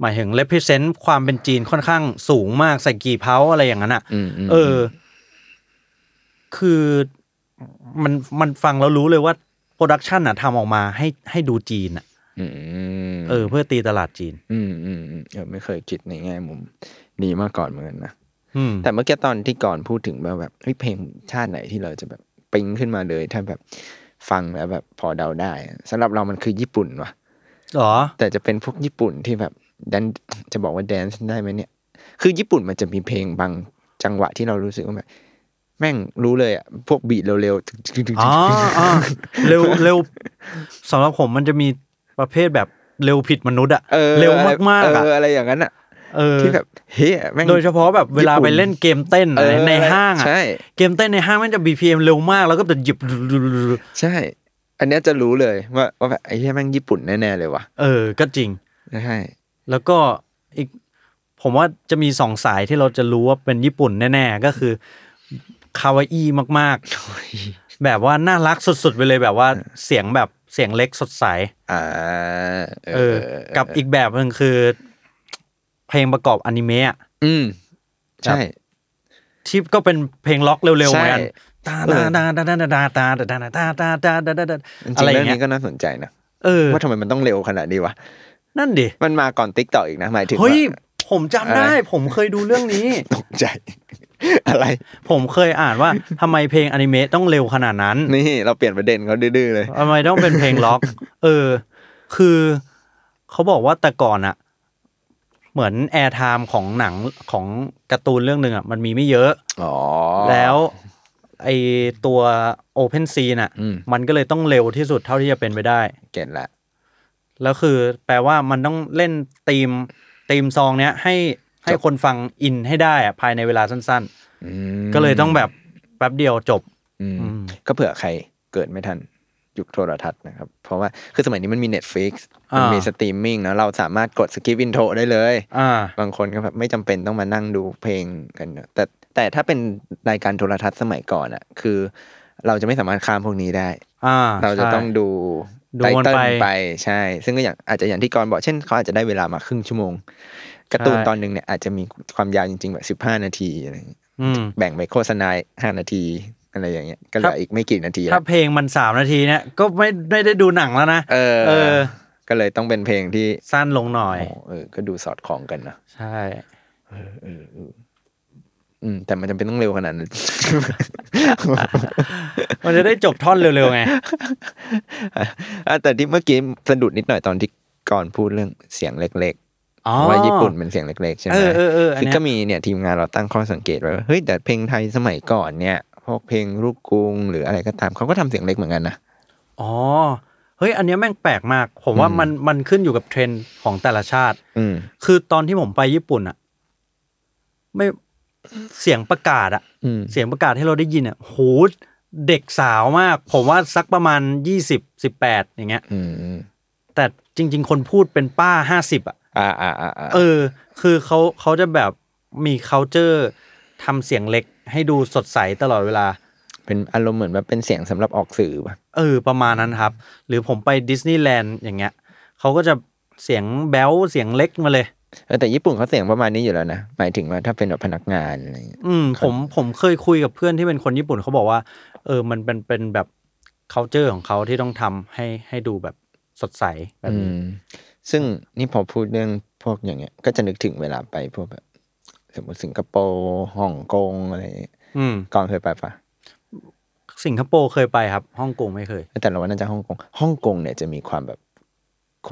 หมายถึง represent ความเป็นจีนค่อนข้างสูงมากใส่กี่เพาอะไรอย่างนั้นอ่ะ อืมม เออ คือมันมันฟังแล้วรู้เลยว่าโปรดักชันอ่ะทำออกมาให้ให้ดูจีนอ่ะ มม เออเพื่อตีตลาดจีน อืมอืมอืมเออไม่เคยคิดในแง่มุมนี้มาก่อนเหมือนกันนะ อืม แต่เมื่อกี้ตอนที่ก่อนพูดถึงว่าแบบเฮ้ยเพลงชาติไหนที่เราจะแบบปิ๊งขึ้นมาเลย ถ้าแบบฟังแล้วแบบพอเดาได้อะสำหรับเรามันคือญี่ปุ่นว่ะ หรอ แต่จะเป็นพวกญี่ปุ่นที่แบบแดนจะบอกว่าแดนซ์ได้ไหมเนี่ย คือญี่ปุ่นมันจะมีเพลงบางจังหวะที่เรารู้สึกว่าแบบแม่งรู้เลยอ่ะพวกบีทเร็วๆถึงถึงถึง อ๋ออ๋อเร็วเร็วสำหรับผมมันจะมีประเภทแบบเร็วผิดมนุษย์อะ ออ เร็วมากๆอะ เอออะไรอย่างนั้นอ่ะ เออ ที่แบบเฮ้ยแม่ง โดยเฉพาะแบบเวลา ญี่ปุ่น ไปเล่นเกมเต้นอะไร เออ ในห้างอะ ใช่ เกมเต้นในห้างมันจะ BPM เร็วมากแล้วก็จะหยิบ ใช่ อันเนี้ยจะรู้เลยว่าว่าแบบไอ้เหี้ยแม่งญี่ปุ่นแน่ๆเลยว่ะ เออ ก็จริง ใช่ แล้วก็อีก ผมว่าจะมีสองสายที่เราจะรู้ว่าเป็นญี่ปุ่นแน่ๆ ก็คือ คาวาอีมาก ๆ แบบว่าน่ารักสุดๆ ไปเลยแบบว่าเสียงแบบเสียงเล็กสดใส อ่า เออกับอีกแบบหนึ่งคือ เพลงประกอบอนิเมะอะ อืม ใช่ ที่ก็เป็นเพลงล็อกเร็วๆเหมือนกัน ใช่ ตาตาตาตาตาตาตาตาตาตาตาตาตาตาตา จริง อะๆไรอ เรื่อย่าง งเงี้ นี้ ย ก็น่าสนใจนะ เออ ว่าทำไมมันต้องเร็วขนาดนี้วะ นั่นดิ มันมาก่อนติ๊กต่ออีกนะหมายถึงว่า เฮ้ย ผมจำได้ ผมเคยดูเรื่องนี้ ตกใจ อะไร ผมเคยอ่านว่าทำไมเพลงอนิเมะต้องเร็วขนาดนั้น นี่เราเปลี่ยนประเด็นเขาดื้อๆเลย ทำไมต้องเป็นเพลงล็อก เออ คือเขาบอกว่าแต่ก่อนอะเหมือนแอร์ไทม์ของหนังของการ์ตูนเรื่องหนึ่งอะมันมีไม่เยอะ อ๋อ แล้วไอตัว Open s e a น่ะ อืม มันก็เลยต้องเร็วที่สุดเท่าที่จะเป็นไปได้ เก็ตละ แล้วคือแปลว่ามันต้องเล่นธีมธีมซองเนี้ยให้ให้คนฟังอินให้ได้อะภายในเวลาสั้น อืม ๆ ก็เลยต้องแบบแป๊บเดียวจบ อืม อืม ก็เผื่อใครเกิดไม่ทัน ยุคโทรทัศน์นะครับ เพราะว่าคือสมัยนี้มันมี Netflix มันมี อ่า สตรีมมิ่งนะเราสามารถกดสกิปอินโทรได้เลย อ่า บางคนก็แบบไม่จำเป็นต้องมานั่งดูเพลงกันเนอะแต่แต่ถ้าเป็นรายการโทรทัศน์สมัยก่อนอะคือ เราจะไม่สามารถข้ามพวกนี้ได้ อ่า เราจะ ใช่ ต้องดู ดู ไต วน เติ้ล ไป ไปใช่ ซึ่งก็อย่างอาจจะอย่างที่กรณ์บอกเช่นเขาอาจจะได้เวลามาครึ่งชั่วโมงการ์ตูน ใช่ ตอนหนึ่งเนี่ยอาจจะมีความยาวจริงๆแบบสิบห้านาทีอะไรอย่างเงี้ย อืม แบ่งไปโฆษณาห้านาทีอะไรอย่างเงี้ยก็เห ครั ลื บ ออีกไม่กี่นาที ถ้า แล้ว เพลงมันสามนาทีเนี่ยก็ไม่ไม่ได้ดูหนังแล้วนะ เออ เออ ก็เลยต้องเป็นเพลงที่ สั้นลงหน่อย โอ้เออ ก็ดูสอดคล้องกันเนอะ ใช่ อืมแต่มันจำเป็นต้องเร็วขนาดนั้น มันจะได้จบท่อนเร็วๆไง อ่ะแต่ที่เมื่อกี้สะดุดนิดหน่อยตอนที่ก่อนพูดเรื่องเสียงเล็ก อ๋อ ๆว่าญี่ปุ่นเป็นเสียงเล็กๆใช่ไหม เออเออเอออัน คือ เนี้ย ก็มีเนี่ยทีมงานเราตั้งข้อสังเกตไว้ว่าเฮ้ยแต่เพลงไทยสมัยก่อนเนี่ยพวกเพลงลูกกรุงหรืออะไรก็ตามเขาก็ทำเสียงเล็กเหมือนกันนะ อ๋อ เฮ้ย อันเนี้ยแม่งแปลกมาก ผมว่ามันมันขึ้นอยู่กับเทรนด์ของแต่ละชาติ อืม คือตอนที่ผมไปญี่ปุ่นอะไม่เสียงประกาศอะ อืม เสียงประกาศที่เราได้ยินอะโหเด็กสาวมาก ผมว่าสักประมาณยี่สิบสิบแปดอย่างเงี้ย อืมอืม แต่จริง ๆ คนพูดเป็นป้าห้าสิบอะ อ่าอ่าอ่าอ่า เออ คือเขาเขาจะแบบมี c u เจอร์ทำเสียงเล็กให้ดูสดใสตลอดเวลา เป็นอารมณ์เหมือนแบบเป็นเสียงสำหรับออกสื่อป่ะ เออ ประมาณนั้นครับ หรือผมไปดิสนีย์แลนด์อย่างเงี้ยเขาก็จะเสียงแบ๊วเสียงเล็กมาเลย เออแต่ญี่ปุ่นเขาเสียงประมาณนี้อยู่แล้วนะหมายถึงว่าถ้าเป็นแบบพนักงานอะไรอย่างเงี้ย อืมผมผมเคยคุยกับเพื่อนที่เป็นคนญี่ปุ่นเขาบอกว่า เออมันเป็นเป็นแบบ c u เจอร์ของเขาที่ต้องทำให้ให้ดูแบบสดใสแบบ อื นี้ มซึ่งนี่พอพูดเรื่องพวกอย่างเงี้ย ก็จะนึกถึงเวลาไปพวกแบบสมมติสิงคโปร์ฮ่องกงอะไรอย่างเงี้ย อืม ก่อนเคยไปปะ สิงคโปร์เคยไปครับฮ่องกงไม่เคย แต่เราว่าน่าจะฮ่องกงฮ่องกงเนี่ยจะมีความแบบ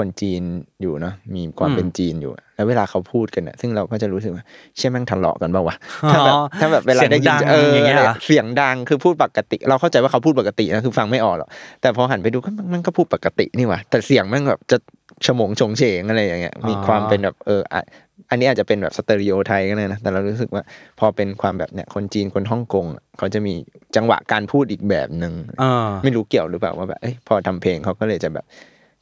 คนจีนอยู่เนาะมีความ อืม เป็นจีนอยู่ แล้วเวลาเขาพูดกันเนี่ยซึ่งเราก็จะรู้สึกว่าเชี่ยแม่งทะเลาะกันบ้าวะ ถ้าแบบถ้าแบบเวลาได้ยิน สีง เออ อ อย่าง เงี้ยเหรอ เสียงดังคือพูดปกติ เราเข้าใจว่าเขาพูดปกตินะคือฟังไม่ออกหรอกแต่พอหันไปดูก็มันมันก็พูดปกตินี่หว่าแต่เสียงมันแบบจะฉมงชงเฉงอะไรอย่างเงี้ยมีความเป็นแบบเอออ่ะอันนี้อาจจะเป็นแบบสเตอริโอไทยก็ได้นะแต่เรารู้สึกว่าพอเป็นความแบบเนี่ยคนจีนคนฮ่องกงอ่ะเขาจะมีจังหวะการพูดอีกแบบหนึ่ง เออ ไม่รู้เกี่ยวหรือเปล่าว่าแบบเอ้ยพอทำเพลงเขาก็เลยจะแบบ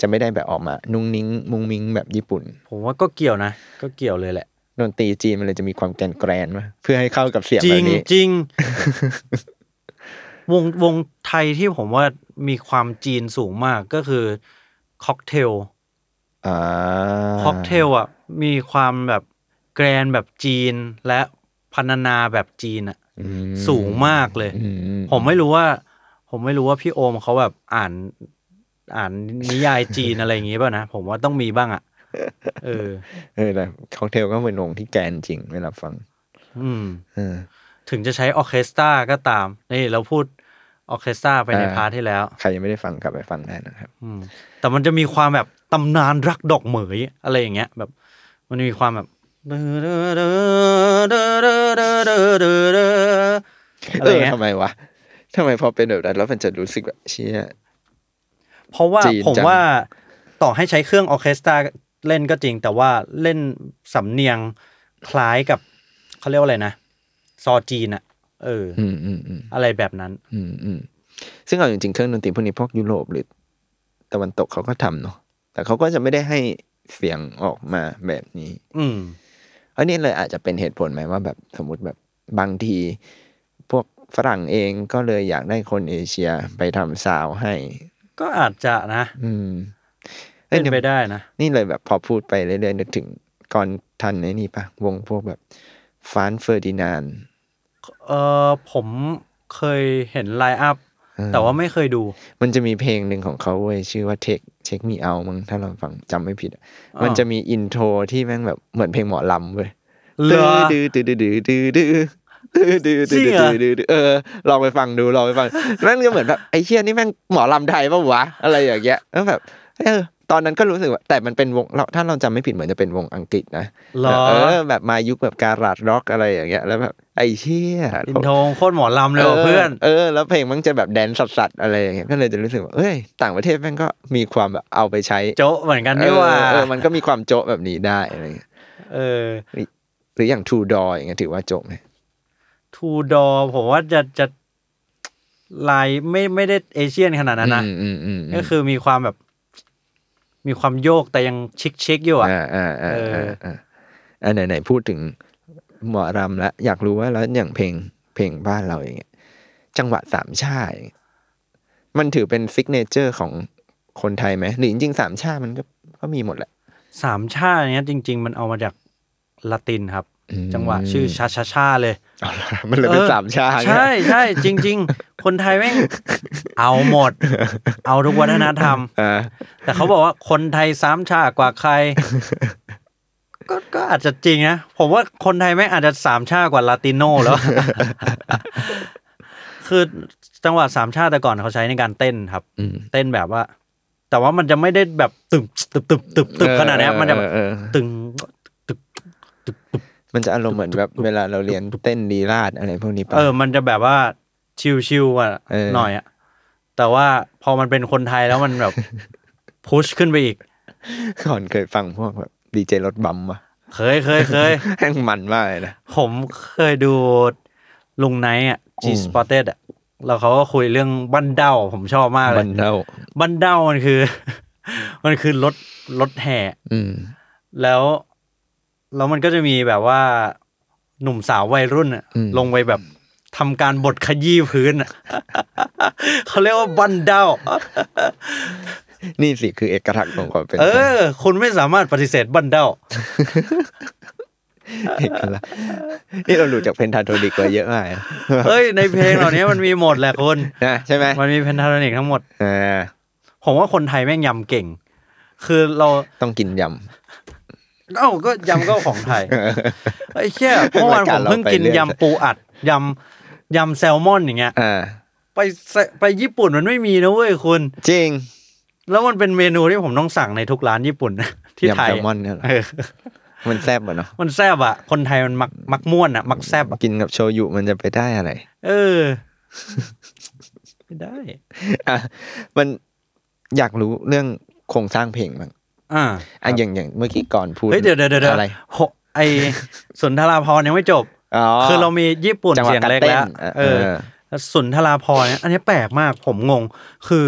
จะไม่ได้แบบออกมานุ่งนิ้งมุงมิ้งแบบญี่ปุ่น ผมว่าก็เกี่ยวนะ ก็เกี่ยวเลยแหละ ดนตรีจีนมันเลยจะมีความแกนแกรนๆมาเพื่อให้เข้ากับเสียง จแบริบ ง นี้ จริง วงวงไทยที่ผมว่ามีความจีนสูงมากก็คือค็อกเทล อ่า ค็อกเทลอ่ะ มีความแบบแกรนแบบจีนและพรรณนาแบบจีนอ่ะ อืม สูงมากเลย อื ผมไม่รู้ว่า ผมไม่รู้ว่าพี่โอมเขาแบบอ่าน อ่านนิยายจีนอะไรอย่างงี้ป่ะนะ ผมว่าต้องมีบ้างอ่ะ เออ เออแต่ค็อกเทลก็เป็นวงที่แกนจริงเวลาฟัง อืม เออ ถึงจะใช้ออร์เคสตราก็ตามนี่เราพูดออร์เคสตราไปใน อ่า พาร์ทที่แล้ว ใครยังไม่ได้ฟังกลับไปฟังได้นะครับ อืม แต่มันจะมีความแบบตำนานรักดอกเหมยอะไรอย่างเงี้ย แบบ มันมีความแบบอะ เอ ไร อ เงี้ย ทำไมวะทำไมพอเป็นแบบนั้นแล้วมันจะรู้สึกแบบเชี่ย เพราะว่า จีนจัง ผมว่าต่อให้ใช้เครื่องออร์เคสตราเล่นก็จริง แต่ว่าเล่นสำเนียงคล้ายกับเขาเรียกว่าอะไรนะ ซอจีนอะเอออ อืมอืมอืม อะไรแบบนั้น อืมอืมซึ่งเอาจริงๆเครื่องดนตรีพวกนี้พวกยุโรปหรือตะวันตกเขาก็ทำเนาะแต่เขาก็จะไม่ได้ให้เสียงออกมาแบบนี้ อืม อันนี้เลยอาจจะเป็นเหตุผลไหมว่าแบบสมมติแบบบางที พวกฝรั่งเองก็เลยอยากได้คนเอเชียไปทำซาวด์ให้ ก็อาจจะนะ อืมอ้ย เป็นไป ยว ได้นะ นี่เลยแบบพอพูดไปเรื่อยๆนึกถึงก่อนทันไอ้นี่ปะวงพวกแบบฟานเฟอร์ดินาน เออผมเคยเห็นไลน์อัพ แต่ว่าไม่เคยดู มันจะมีเพลงหนึ่งของเขาเว้ยชื่อว่าเทคเทคมีเอามึงถ้าเราฟังจำไม่ผิดอะ อ่ามั มันจะมีอินโทรที่แม่งแบบเหมือนเพลงหมอลำเว้ย เหลือ ดื้อดื้อดื้อดื้อดื้อดื้อดื้อดื้อ จริ ดื้อง เหรอ ดื้อดื้อเออลองไปฟังดูลองไปฟังแม่งจะเหมือนแบบไอ้เชี่ยนี่แม่งหมอลำไทยปะวะอะไรอย่างเงี้ยแล้วแบบเออตอนนั้นก็รู้สึกว่าแต่มันเป็นวงเราถ้าเราจำไม่ผิดเหมือนจะเป็นวงอังกฤษนะ เหรอ เออแบบมายุคแบบการาดร็อกอะไรอย่างเงี้ยแล้วแบบไอ้เชี่ย อินโทรโคตรหมอลำเลยว่ะเพื่อน เออแล้วเพลงมันจะแบบแดนสัสๆอะไรอย่างเงี้ยก็เลยจะรู้สึกว่าเอ้ยต่างประเทศแม่งก็มีความแบบเอาไปใช้ โจะเหมือนกันนี่หว่า เออเออมันก็มีความโจะแบบนี้ได้อะไรอย่างเงี้ย เออ หรืออย่างทูดอยอย่างเงี้ยถือว่าโจะไหม ทูดอผมว่าจะจะลายไม่ไม่ได้เอเชียนขนาดนั้นนะ อืมอืมอืมม ก็คือมีความแบบ มีความโยกแต่ยังชิคชิคๆอยู่อ่ะ อ่าอ่าอ่าอ่าอ่าอ่าไหนไหนพูดถึงหมอรำแล้วอยากรู้ว่าแล้วอย่างเพลงเพลงบ้านเราอย่างเงี้ยจังหวะสามชาอย่างเงี้ยมันถือเป็นซิกเนเจอร์ของคนไทยไหมหรือจริงๆสามชามันก็ก็มีหมดแหละ สามชาติเนี้ยจริง ๆ มันเอามาจากละตินครับ อืม จังหวะชื่อชาชาชาเลย เอาล่ะมันเลยเป็น เออ สามชาไง ใช่ใช่จริง ๆ คนไทยแม่ง เอาหมด เอาทุกวัฒนธรรม อ่า แต่เขาบอกว่าคนไทยสามชาติกว่า ใคร ก็ก็อาจจะจริงนะ ผมว่าคนไทยแม่งอาจจะสามชาติกว่าลาติโนแล้ว คือจังหวะสามชาติแต่ก่อนเขาใช้ในการเต้นครับ อืม เต้นแบบว่า แต่ว่ามันจะไม่ได้แบบตึบตึบตึบตึบตึบขนาดเนี้ยมันจะแบบ เออเออ ตึง มันจะอารมณ์เหมือนแบบเวลาเราเรียนเต้นลีลาดอะไรพวกนี้ปะ เออ มันจะแบบว่าชิวๆอ่ะ เออ หน่อยอ่ะ แต่ว่าพอมันเป็นคนไทยแล้วมันแบบ พุชขึ้นไปอีก ก่อนเคยฟังพวกแบบดีเจรถบัมป์อะ เคยเคยเคย แห่งมันมากเลยนะ ผมเคยดูลุงไนท์อ่ะ G Spotted อ่ะ แล้วเขาก็คุยเรื่องบันเดาผมชอบมากเล มั ย นเน่า บันเดามันคือ มันคือรถรถแห่ อืม แล้วแล้วมันก็จะมีแบบว่าหนุ่มสาววัยรุ่นอะ อืม ลงไปแบบทำการ บดขยี้พื้นอะ เขาเรียกว่าบันเดา นี่สิคือเอกลักษณ์ของความเป็น เออ คุณไม่สามารถปฏิเสธบันเด้า เอกลักษณ์นี่เราหลุดจากเพนทาโทนิกไปเยอะมากนะ เอ้ยในเพลงเหล่านี้มันมีหมดแหละ คุณ นะใช่ไหม มันมีเพนทาโทนิกทั้งหมด เออ ผมว่าคนไทยแม่งยำเก่ง คือเรา ต้องกินย เอ้าก็ยำก็ของไทย ำ ไอ้เชี่ยเมื่อวานผมเพิ่งกิน รายการเราไปเรื่อย ยำปูอัดยำยำแซลมอนอย่างเงี้ย อ่า ไปเซไปญี่ปุ่นมันไม่มีนะเว้ยคุณ จริง แล้วมันเป็นเมนูที่ผมต้องสั่งในทุกร้านญี่ปุ่น ที่ไท ยำ ย แซลมอนเนี่ยเหรอ เออ มันแซบเหรอเนาะ มันแซบอ่ะ คนไทยมันมักมักม่วนอ่ะ มักแซบอ่ะ กินกับโชยุมันจะไปได้อะไร เออ ไม่ได้ อ่ะมันอยากรู้เรื่องโครงสร้างเพลงบ้าง อ่า อ่ะอย่างอย่างเมื่อกี้ก่อนพูด เฮ้ยเดี๋ยวเดี๋ยวเดี๋ยว อะไร โหไอสุนทราพรณ์ยังไม่จบ อ๋อ คือเรามีญี่ปุ่น จังหวะ เสียง การ เล็ก เต้น แล้ว อ่ะ เออ เออ สุนทราพรณ์เนี่ยอันนี้แปลกมากผมงง คือ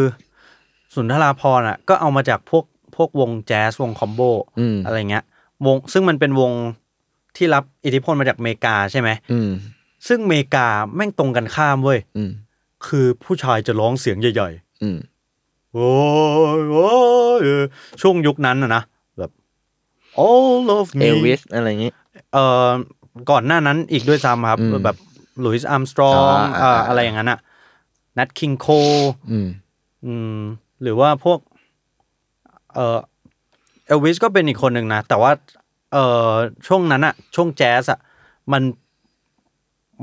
สุนทราพรณ์อ่ะ ก็เอามาจากพวกพวกวงแจ๊สวงคอมโบ อืม อะไรเงี้ยวงซึ่งมันเป็นวงที่รับอิทธิพลมาจากอเมริกาใช่ไหม อืม ซึ่งอเมริกาแม่งตรงกันข้ามเว้ย อืม คือผู้ชายจะร้องเสียงใหญ่ อืม ๆ โอ้ยโอ้ยเออช่วงยุคนั้นนะนะ แบบ all of เอ me ลวิสอะไรอย่างงี้ เอ่อก่อนหน้านั้นอีกด้วยซ้ำครับ อืม แบบหลุยส์อัมสตรอง อ่าอ่าอ่า อะไรอย่างนั้นอะนัทคิงโค อืม อืมหรือว่าพวก เออเอลวิสก็เป็นอีกคนหนึ่งนะ แต่ว่า เออช่วงนั้นอะช่วงแจ๊สอะมัน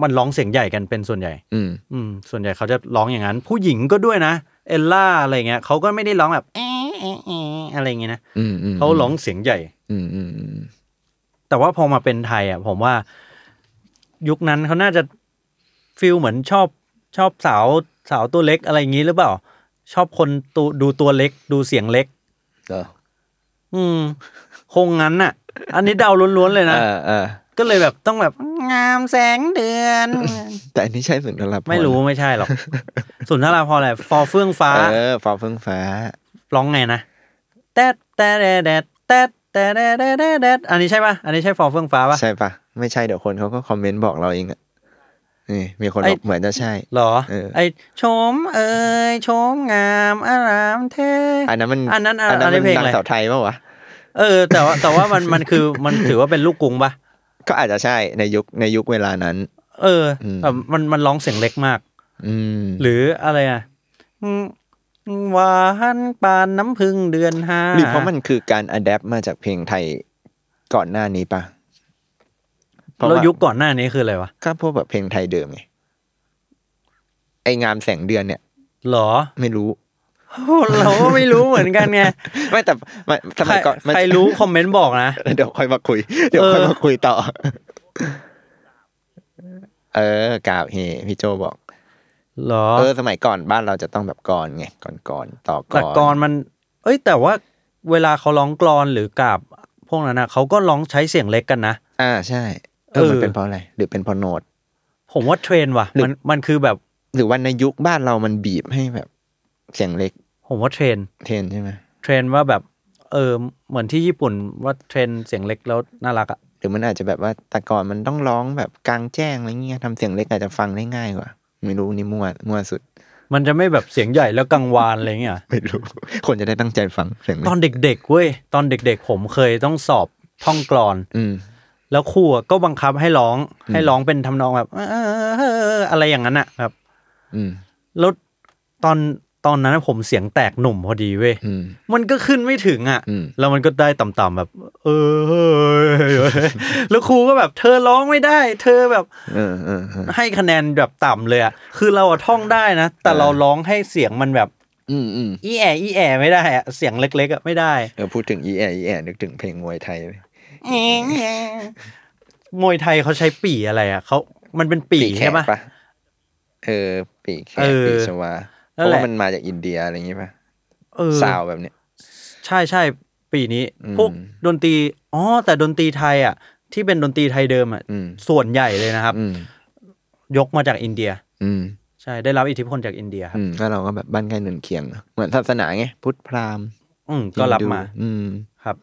มันร้องเสียงใหญ่กันเป็นส่วนใหญ่ อืม อืม ส่วนใหญ่เขาจะร้องอย่างนั้น ผู้หญิงก็ด้วยนะ เอลล่าอะไรเงี้ยเขาก็ไม่ได้ร้องแบบแอะ แอะแอะอะไรเงี้ยนะ อืมอืม เขาร้องเสียงใหญ่ อืมอืมอืม แต่ว่าพอมาเป็นไทยอ่ะ ผมว่า ยุคนั้นเขาน่าจะฟิลเหมือนชอบชอบสาวสาวตัวเล็กอะไรอย่างนี้หรือเปล่า ชอบคนตัวดูตัวเล็ก ดูเสียงเล็ก เออ อืม คงงั้นน่ะ อันนี้เดาล้วนๆเลยนะ เออเออ ก็เลยแบบต้องแบบงามแสงเดือน แต่อันนี้ใช่สุนทรภพ ไม่ รู้ไม่ใช่หรอก สุนทราพรณ์อะไรฟอเฟื่องฟ้า เออฟ้าเฟื่องฟ้า ร้องไงนะแตดแตดแตดแตดแตดแตดแตดแตดอันนี้ใช่ปะอันนี้ใช่ฟอเฟื่องฟ้าปะ ใช่ปะไม่ใช่เดี๋ยวคนเขาก็คอมเมนต์บอกเราเองอะนี่มีคน ไอ้ บอกเหมือนจะใช่ เหรอ เออ ไอชมเอ่ยชมงามอารามเท อันนั้นมัน อันนั้นอัน อันนั้น อันนี้ มัน เพลง ดัง อะไร สาวไทยปะวะ เออ แต่ว่าแต่ว่ามันมันคือมันถือว่าเป็นลูกกรุงปะ ก็อาจจะใช่ในยุคในยุคเวลานั้น เออ อืม แบบมันมันร้องเสียงเล็กมาก อืม หรืออะไรอ่ะอืมหวานปานน้ำพึ่งเดือนห้า หรือเพราะมันคือการอัดแอปมาจากเพลงไทยก่อนหน้านี้ปะเพราะ แล้ว ว่า ยุคก่อนหน้านี้คืออะไรวะ ก็พวกแบบเพลงไทยเดิมไงไองามแสงเดือนเนี่ย หรอ ไม่รู้ เราก็ไม่รู้เหมือนกัน ไง ไม่แต่ไม่ส ใคร มัยก่อนมัน ใครรู้คอมเมนต์บอกนะ เดี๋ยวค่อยมาคุย เดี๋ยวค่อยมาคุยต่อ เออกราบเฮพี่โจบอก หรอ เออ สมัยก่อนบ้านเราจะต้องแบบกรอนไงกรอนกรอนต่อ แต่ ก ก ร ร อ อน น มัน เอ้ย แต่ว่าเวลาเขาร้องกรอนหรือกราบพวกนั้นนะเขาก็ร้องใช้เสียงเล็กกันนะ อ่าใช่ เออ มัน เออ เป็นเพราะอะไร หรือเป็นเพราะโนด ผมว่าเทรนด์ว่ะ หรือ มันมันคือแบบ หรือว่าในยุคบ้านเรามันบีบให้แบบ เสียงเล็ก ผมว่าเทรนด์ เทรนใช่ไหม เทรนด์ว่าแบบ เออ เหมือนที่ญี่ปุ่นว่าเทรนด์เสียงเล็กแล้วน่ารักอะ หรือมันอาจจะแบบว่าแต่ก่อนมันต้องร้องแบบกลางแจ้งอะไรเงี้ยทำเสียงเล็กอาจจะฟังได้ง่ายกว่า ไม่รู้นี่มั่วมั่วสุด มันจะไม่แบบเสียงใหญ่แล้วกังวานอะไรเงี้ย ไม่รู้ คนจะได้ตั้งใจฟังเสียงเล็ ต ก อนเด็กๆเว้ย ตอนเด็กๆ ผมเคยต้องสอบท่องกลอน อืม แล้วครูอะก็บังคับให้ร้อง อืม ให้ร้องเป็นทำนองแบบเออเออเออเอออะไรอย่างนั้นอะแบบ อืม แล้วตอนตอนนั้นผมเสียงแตกหนุ่มพอดีเว้ย อืม มันก็ขึ้นไม่ถึงอ่ะ อืม แล้วมันก็ได้ต่ำๆแบบ เออเออเออแล้วครูก็แบบ เธอร้องไม่ได้ เธอแบบ เออเออเออ ให้คะแนนแบบต่ำเลยอ่ะ คือเราอะท่องได้นะ แต่ เออ เราร้องให้เสียงมันแบบ อืมอืม อีแออีแอไม่ได้อะเสียงเล็กๆอะไม่ได้ เออพูดถึงอีแออีแอนึกถึงเพลงมวยไทยเลย มวยไทยเขาใช้ปี่อะไรอ่ะเขามันเป็นปี่ แข ใช่ ก ปะ ปะเออ ปีกแขก เออ ปีกชวาเพ นั่น ราะ แหละ ว่ามันมาจากอินเดียอะไรอย่างงี้ปะ เออ ซาวแบบเนี้ย ใช่ใช่ปีนี้ อืม พวกดนตรีอ๋อแต่ดนตรีไทยอ่ะ ที่เป็นดนตรีไทยเดิมอ่ะ อืม ส่วนใหญ่เลยนะครับ อืม ยกมาจากอินเดีย อืม ใช่ได้รับอิทธิพลจากอินเดียครับ อืมแล้วเราก็แบบบ้านใกล้เนินเคียงเนอะเหมือนศาสนาไงพุทธพราหมณ์ อืมก็รับมา ฮินดูอืม ครับ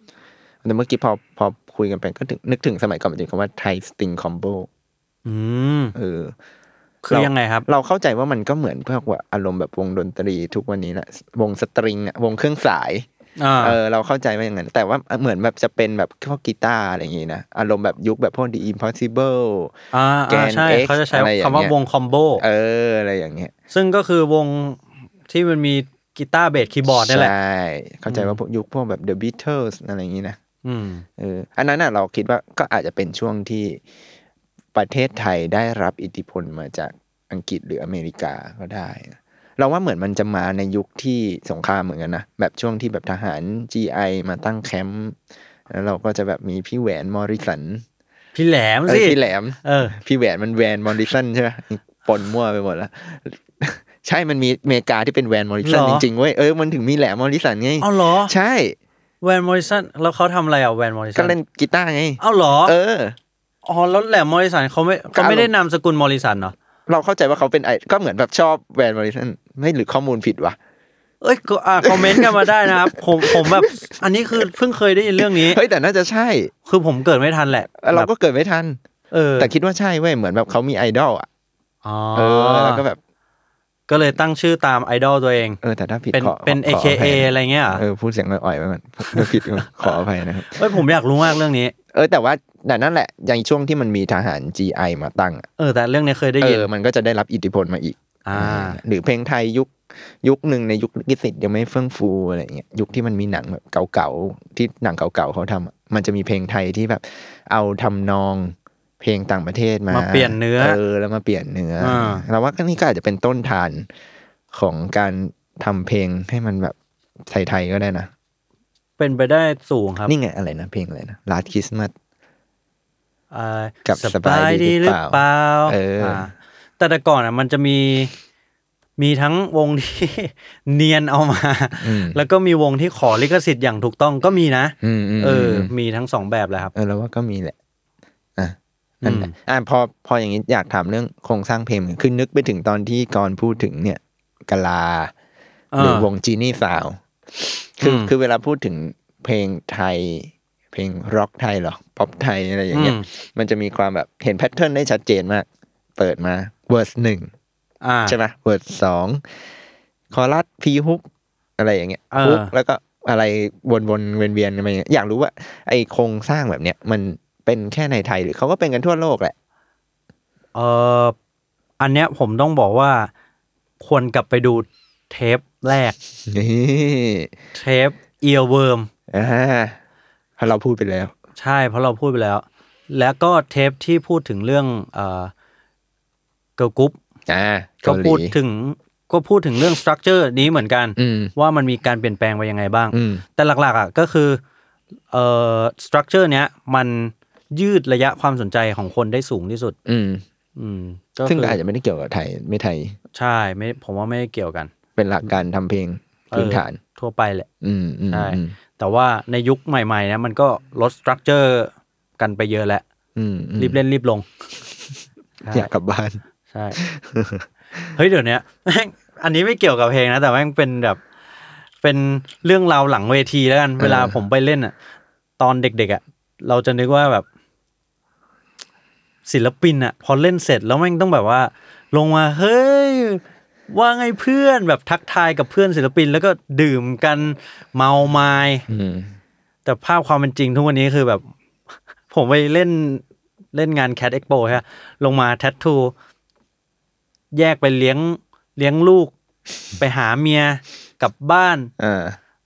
แต่เมื่อกี้พอพอคุยกันไปก็ถึงนึกถึงสมัยก่อนมันจะมีคำว่าไทยสติงคอมโบ อืม เออ คือยังไงครับ เราเข้าใจว่ามันก็เหมือนพวกว่าอารมณ์แบบวงดนตรีทุกวันนี้แหละวงสตริงอะวงเครื่องสาย อ่า เออเราเข้าใจว่าอย่างนั้น แต่ว่าเหมือนแบบจะเป็นแบบพวกกีตาร์อะไรอย่างงี้นะ อารมณ์แบบยุคแบบพวก The Impossible อ่า แก อ่าน ใช่ X เขาจะใช้ อะไรอย่างเงี้ย คำว่าวงคอมโบ เอออะไรอย่างเงี้ย ซึ่งก็คือวงที่มันมีกีตาร์เบสคีย์บอร์ดนี่แหละ ใช่เข้าใจว่าพวกยุคพวกแบบ The Beatles อะไรอย่างงี้นะ อืม เอออันนั้นน่ะเราคิดว่าก็อาจจะเป็นช่วงที่ประเทศไทยได้รับอิทธิพลมาจากอังกฤษหรืออเมริกาก็ได้นะเราว่าเหมือนมันจะมาในยุคที่สงครามเหมือนกันนะ แบบช่วงที่แบบทหาร GI มาตั้งแคมป์แล้วเราก็จะแบบมีพี่แหวนมอริสัน พี่แหลม เอ้ สิ ยพี่แหลม เออ พี่แหวนมันแวนมอริสันใช่ไหมปนมั่วไปหมดแล้ว ใช่มันมีอเมริกาที่เป็นแวนมอริสัน เหรอ จริงๆเว้ยเออมันถึงมีแหลมมอริสันไง เอาเหรอ ใช่ แวนมอริสันแล้วเขาทำอะไรอ่ะแวนมอริสั ก็ น เล่นกีตาร์ไง เอาเหรอ เออ อ๋อแล้วแหลมมอริสันเขาไม่เขาไม่ได้นามสกุลมอริสันเหรอ เราเข้าใจว่าเขาเป็นไอก็เหมือนแบบชอบแวนมอริสันไม่หรือข้อมูลผิดวะ เอ้ยก็อ่าคอมเมนต์กันมาได้นะครับ ผมผมแบบ อันนี้คือเพิ่งเคยได้ยินเรื่องนี้ เฮ้ยแต่น่าจะใช่ คือผมเกิดไม่ทันแหละ เรา แบบ ก็เกิดไม่ทัน เออ แต่คิดว่าใช่เว้ยเหมือนแบบเขามีไอดอลอ่ะ อ๋อ เออแล้วก็แบบ ก็เลยตั้งชื่อตามไอดอลตัวเอง เออแต่ถ้าผิด เป็น ขอ เป็น ขภัย AKA อะไรเงี้ยเหรอ เออพูดเสียงอ่อยๆไปมัน ถ้าผิดก็ขออภัยนะครับ เอ้ยผมอยากรู้มากเรื่องนี้ เออแต่ว่าแต่นั่นแหละอย่างช่วงที่มันมีทหาร GI มาตั้งอะ เออ แต่เรื่องนี้เคยได้ เอ ยิน อมันก็จะได้รับอิทธิพลมาอีก อ่า หรือเพลงไทยยุคยุคหนึ่งในยุคลิขสิทธิ์ยังไม่เฟื่องฟูอะไรอย่างเงี้ยยุคที่มันมีหนังแบบเก่าๆที่หนังเก่าๆเขาทำอะมันจะมีเพลงไทยที่แบบ เอาทำนองเพลงต่างประเทศมา มา มา เปลี่ยนเนื้อ เออแล้วมาเปลี่ยนเนื้ออา เราว่าก็นี่ก็อาจจะเป็นต้นทานของการทำเพลงให้มันแบบไทยๆก็ได้นะ เป็นไปได้สูงครับ นี่ไงอะไรนะเพลงอะไรนะลาดคริสต์มาส อ่า กับสบายดีหรือเปล่าเอออ่ าแต่แต่ก่อนอ่ะมันจะมีมีทั้งวงที่ เนียนเอามา แล้วก็มีวงที่ขอลิขสิทธิ์อย่างถูกต้องก็มีนะ อืมๆๆ เออ มีทั้งสองแบบแหละครับ เออเราว่าก็มีแหละ อ่ะนั่นแหละอ่ะพอพออย่างนี้อยากถามเรื่องโครงสร้างเพลงคือนึกไปถึงตอนที่กรพูดถึงเนี่ยกะลา เออ หรือวงจีนี่สาว คือ ม คือเวลาพูดถึงเพลงไทย เพลงร็อกไทยเหรอ ป๊อปไทยอะไรอย่างเงี้ย ม มันจะมีความแบบเห็นแพทเทิร์นได้ชัดเจนมาก เปิดมาเวอร์สหนึ่ง อ่า ใช่ไหมเวอร์สสองคอรัสพีฮุกอะไรอย่างเงี้ย เออ ฮุกแล้วก็อะไรวนๆเวียนๆอะไรอย่างเงี้ยอยากรู้ว่า ไอโครงสร้างแบบเนี้ยมันเป็นแค่ในไทยหรือเขาก็เป็นกันทั่วโลกแหละ เอออันเนี้ยผมต้องบอกว่า ควรกลับไปดูเทปแรก นี่ เทปเอียเวิร์ม อ่าเพราะเราพูดไปแล้ว ใช่เพราะเราพูดไปแล้ว แล้วก็เทปที่พูดถึงเรื่องเอ่อเกิร์ลกรุ๊ป อ่า ก็ เาหลี พูดถึงก็พูดถึงเรื่องสตรัคเจอร์นี้เหมือนกัน อืม ว่ามันมีการเปลี่ยนแปลงไปยังไงบ้าง อืม แต่หลักๆอ่ะก็คือเอ่อสตรัคเจอร์เนี้ยมันยืดระยะความสนใจของคนได้สูงที่สุด อืม อืมก็ ซึ่ง คื ก็อาจจะไม่ได้เกี่ยวกับไทย ไม่ไทย ใช่ไม่ผมว่าไม่ได้เกี่ยวกัน เป็นหลักการทำเพลง เออ พื้นฐาน ทั่วไปแหละ อืมอืม ใช่ อืม แต่ว่าในยุคใหม่ๆนะมันก็ลดสตรัคเจอร์กันไปเยอะแล้ว อืมอืม รีบเล่นรีบลง อยากกลับบ้าน ใช่ เฮ้ยเดี๋ยวเนี้ย แม่งอันนี้ไม่เกี่ยวกับเพลงนะ แต่แม่งเป็นแบบ เป็นเรื่องราวหลังเวทีแล้วกัน เวลาผมไปเล่นอ่ะ ตอนเด็กๆอ่ะ เราจะนึกว่าแบบ ศิลปินอ่ะ พอเล่นเสร็จแล้วแม่งต้องแบบว่า ลงมาเฮ้ย ว่าไงเพื่อนแบบทักทายกับเพื่อนศิลปิน แล้วก็ดื่มกันเมาไม้ อืม แต่ภาพความเป็นจริงทุกวันนี้คือแบบ ผมไปเล่นเล่นงานแคดเอ็กโปใช่ปะลงมาแทททู แยกไปเลี้ยงเลี้ยงลูก ไปหาเมียกลับบ้าน อ่า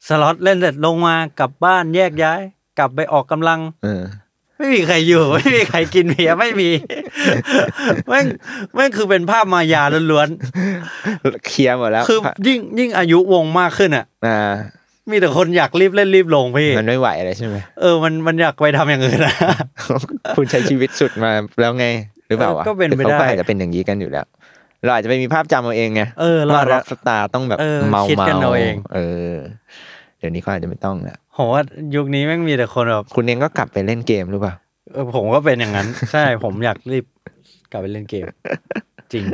สล็อตเล่นเสร็จลงมากลับบ้านแยกย้าย กลับไปออกกำลัง เออ ไม่มีใครอยู่ ไม่มีใครกินเมียไม่มี แม่งแม่งคือเป็นภาพมายาล้วน เคลียร์หมดแล้ว ๆคือยิ่งยิ่งอายุวงมากขึ้นอ่ะ อ่า มีแต่คนอยากรีบเล่นรีบลงพี่ มันไม่ไหวอะไรใช่ไหม เออมันมันอยากไปทำอย่างอื่นนะ คุณใช้ชีวิตสุดมาแล้วไง หรือเปล่าวะ เออก็เป็นไป หรือเขา ได้ ก็อาจจะเป็นอย่างนี้กันอยู่แล้ว เราอาจจะไปมีภาพจำเอาเองไง เออเรา ว่า อาจจะ ร็อกสตาร์ต้องแบบ เออ เมา คิด เมา กันเอาเอง เออ เดี๋ยวนี้เขาอาจจะไม่ต้องแล้ว ผมว่ายุคนี้แม่งมีแต่คนแบบ คุณเองก็กลับไปเล่นเกมหรือเปล่า เออผมก็เป็นอย่าง นั้น ใช่ผมอยากรีบกลับไปเล่นเกม จริง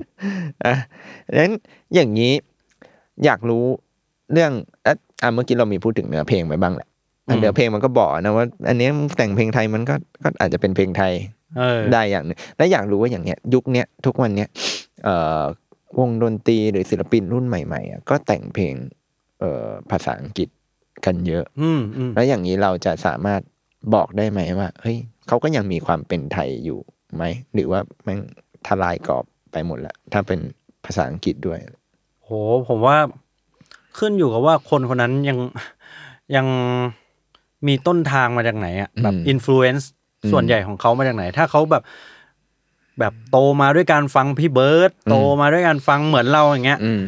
อ่ะนั้นอย่างนี้อยากรู้เรื่องอ่ะอ่ะเมื่อกี้เรามีพูดถึงเนื้อเพลงไปบ้างแหละอ่ะ อืม เนื้อเพลงมันก็บอกนะว่า อันเนี้ยแต่งเพลงไทยมันก็ก็อาจจะเป็นเพลงไทย เออ ได้อย่างหนึงและอยากรู้ว่าอย่างเนี้ย ยุคเนี้ยทุกวันเนี้ย เอ่อวงดนตรีหรือศิลปินรุ่นใหม่ๆอ่ะก็แต่งเพลงเอ่อภาษาอังกฤษกันเยอะ อืมอืม แล้วอย่างนี้เราจะสามารถบอกได้ไหมว่าเฮ้ยเขาก็ยังมีความเป็นไทยอยู่ไหม หรือว่าแมันทลายกรอบไปหมดละถ้าเป็นภาษาอังกฤษด้วย โหผมว่าขึ้นอยู่กับว่าคนคนนั้นยัง ยังมีต้นทางมาจากไหนอ่ะแบบ อืม อินฟลูเอนซ์ อืม ส่วนใหญ่ของเขามาจากไหน ถ้าเขาแบบ แบบโตมาด้วยการฟังพี่เบิร์ด อืม โตมาด้วยการฟังเหมือนเราอย่างเงี้ย อืม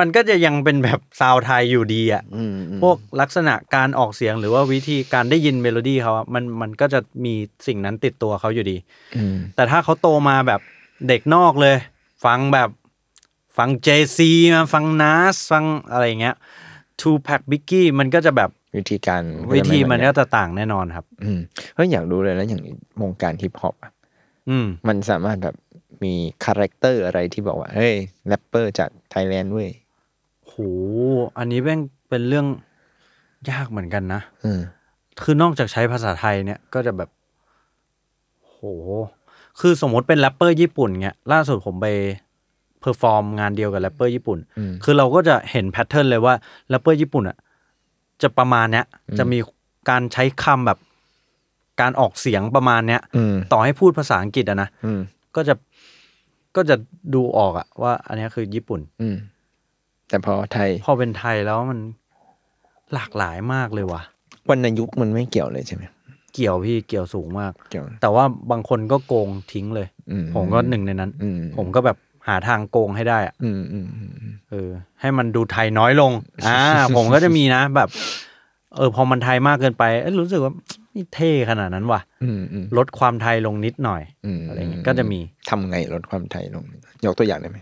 มันก็จะยังเป็นแบบซาวด์ไทยอยู่ดีอ่ะ อืมอืม พวกลักษณะการออกเสียงหรือว่าวิธีการได้ยินเมโลดี้เขาอะมันมันก็จะมีสิ่งนั้นติดตัวเขาอยู่ดี อืม แต่ถ้าเขาโตมาแบบเด็กนอกเลย ฟังแบบฟังเจซีมาฟังนัสฟังอะไรอย่างเงี้ยทูแพ็กบิกกี้มันก็จะแบบ วิธีการ วิธีมัน เย ก็จะต่างแน่นอนครับ อืมเฮ้ยอยากรู้เลยแล้วอย่างวงการฮิปฮอปอะ อืม มันสามารถแบบมีคาแรคเตอร์อะไรที่บอกว่า เฮ้ยแรปเปอร์จากไทยแลนด์เว้ย โห อันนี้แม่งเป็นเรื่องยากเหมือนกันนะ เออ คือนอกจากใช้ภาษาไทยเนี่ยก็จะแบบ โห คือสมมติเป็นแรปเปอร์ญี่ปุ่นเงี้ยล่าสุดผมไปเพอร์ฟอร์มงานเดียวกับแรปเปอร์ญี่ปุ่น อืม คือเราก็จะเห็นแพทเทิร์นเลยว่าแรปเปอร์ญี่ปุ่นอ่ะจะประมาณเนี้ยจะมีการใช้คำแบบการออกเสียงประมาณเนี้ย อืม ต่อให้พูดภาษาอังกฤษอะนะ อืม ก็จะก็จะดูออกอะว่า อันเนี้ยคือญี่ปุ่น อืม แต่พอไทย พอเป็นไทยแล้วมันหลากหลายมากเลยว่ะ วรรณยุกต์มันไม่เกี่ยวเลยใช่ไหม เกี่ยวพี่เกี่ยวสูงมาก เกี่ยว แต่ว่าบางคนก็โกงทิ้งเลย อืม ผมก็หนึ่งในนั้น อืม ผมก็แบบหาทางโกงให้ได้อะ อืมอืมอืมอืม เออ ให้มันดูไทย น้อยลง อ่า ผมก็จะมีนะแบบ เออ พอมันไทยมากเกินไปเอ้ยรู้สึกว่านี่เท่ขนาดนั้นว่ะ อืมอืม ลดความไทยลงนิดหน่อย อืม อะไรเงี้ยก็จะมี ทำไงลดความไทยลง ยกตัวอย่างได้ไหม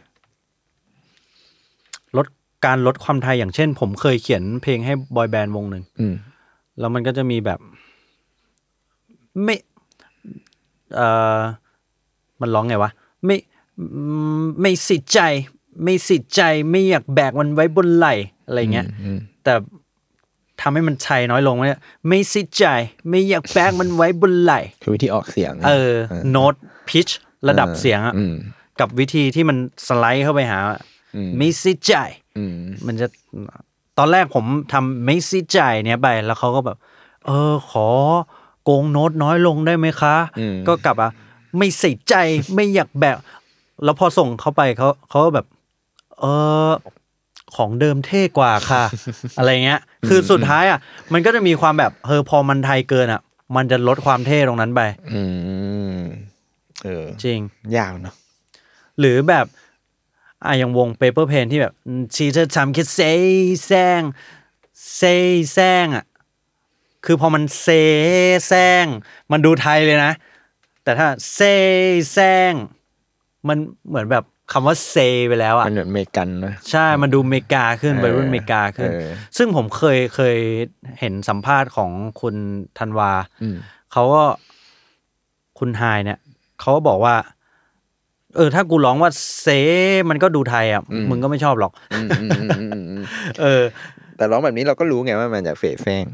ลดการลดความไทยอย่างเช่น ผมเคยเขียนเพลงให้บอยแบนด์วงหนึ่ง อืม แล้วมันก็จะมีแบบ ไม่เอ่อมันร้องไงวะ ไม่อืมไม่สิใจ ไม่สิใจไม่อยากแบกมันไว้บนไหลอะไรเงี้ย อืมอืม แต่ทำให้มันชัยน้อยลงเนี่ยไม่สิใจ ไม่อยากแบกมันไว้บนไหล คือวิธีออกเสียงนะ เออ โน้ตพิชระดับเสียงอะ อืม กับวิธีที่มันสไลด์เข้าไปหาอะ อืม ไม่สิใจ อืม มันจะตอนแรกผมทำไม่ซีใจายเนี่ยไปแล้วเขาก็แบบ เออ ขอโกงโน้ตน้อยลงได้ไหมคะ อืม ก็กลับอ่ะไม่ใส่ใจ ไม่อยากแบบ แล้วพอส่งเข้าไปเขาเขาก็แบบ เออ ของเดิมเท่กว่า ค่ะ อะไรเงี้ย คือสุดท้ายอ่ะ มันก็จะมีความแบบเออพอมันไทยเกินอ่ะ มันจะลดความเท่ตรงนั้นไป อืมเออ จริง ยาวเนาะ หรือแบบอ่ะอย่างวง Paper p a n ที่แบบชีเธอทำแค่เซแซงเซแซงอ่ะ คือพอมันเซแซงมันดูไทยเลยนะ แต่ถ้าเซแซงมันเหมือนแบบคำว่าเซไปแล้วอ่ะ มันเหมือนอเมริกันนะ ใช่ มันดูอเมริกาขึ้น เออ วัยรุ่นอเมริกาขึ้น เออ ซึ่งผมเคยเคยเห็นสัมภาษณ์ของคุณธันวา อืม เขาก็คุณไฮายเนี่ย เขาก็บอกว่า เออ ถ้ากูร้องว่าเซมันก็ดูไทยอ่ะ มึงก็ไม่ชอบหรอก อืมอืมอืมอืมอืม เออ แต่ร้องแบบนี้เราก็รู้ไงว่ามันจากเฟซแฟง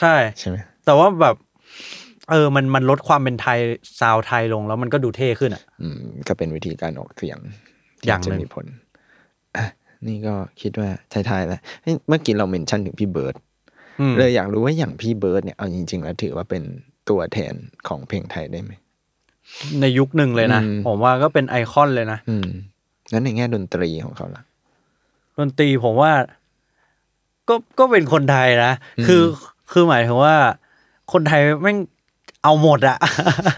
ใช่ ใช่ไหม แต่ว่าแบบ เออ มันมันลดความเป็นไทยซาวด์ไทยลงแล้วมันก็ดูเท่ขึ้นอ่ะ อืมก็เป็นวิธีการออกเสียงที่ อย่างหนึ่ จะ ง มีผลอ่ะนี่ก็คิดว่าท้ายๆแล้วเฮ้ยเมื่อกี้เราเมนชั่นถึงพี่เบิร์ด อืม เลยอยากรู้ว่าอย่างพี่เบิร์ดเนี่ยเอาจริง ๆ แล้วถือว่าเป็นตัวแทนของเพลงไทยได้ไหม ในยุคหนึ่งเลยนะ อืม ผมว่าก็เป็นไอคอนเลยนะ อืมงั้นในแง่ดนตรีของเขาล่ะ ดนตรีผมว่าก็ก็เป็นคนไทยนะ คือคือหมายถึงว่า คนไทยแม่งเอาหมดอะ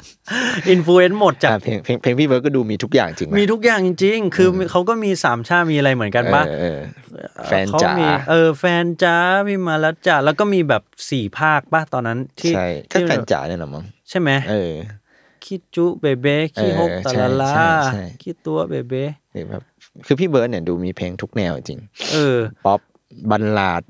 อินฟลูเอนซ์หมดจาก อ่ะเพลงเพลงเพลงพี่เบิร์ดก็ดูมีทุกอย่างจริงไหม มีทุกอย่างจริงๆ คือเขาก็มีสามชาติมีอะไรเหมือนกันปะ เออเออแฟน เขา จ๋า มีเออแฟนจ้ามีมาลัดจ้าแล้วก็มีแบบสี่ภาคปะตอนนั้นที่ ใช่ก็ ที่ แฟนจ๋าเนี่ยเหรอมั้ง ใช่ไหม เออ คิดจุเบเบ้คิฮก เออ ตะละลา ใช่ใช่ใช่ คิดตัวเบเบ้ หรือแบบคือพี่เบิร์ดเนี่ยดูมีเพลงทุกแนวจริง เออ ป๊อปบัลลาด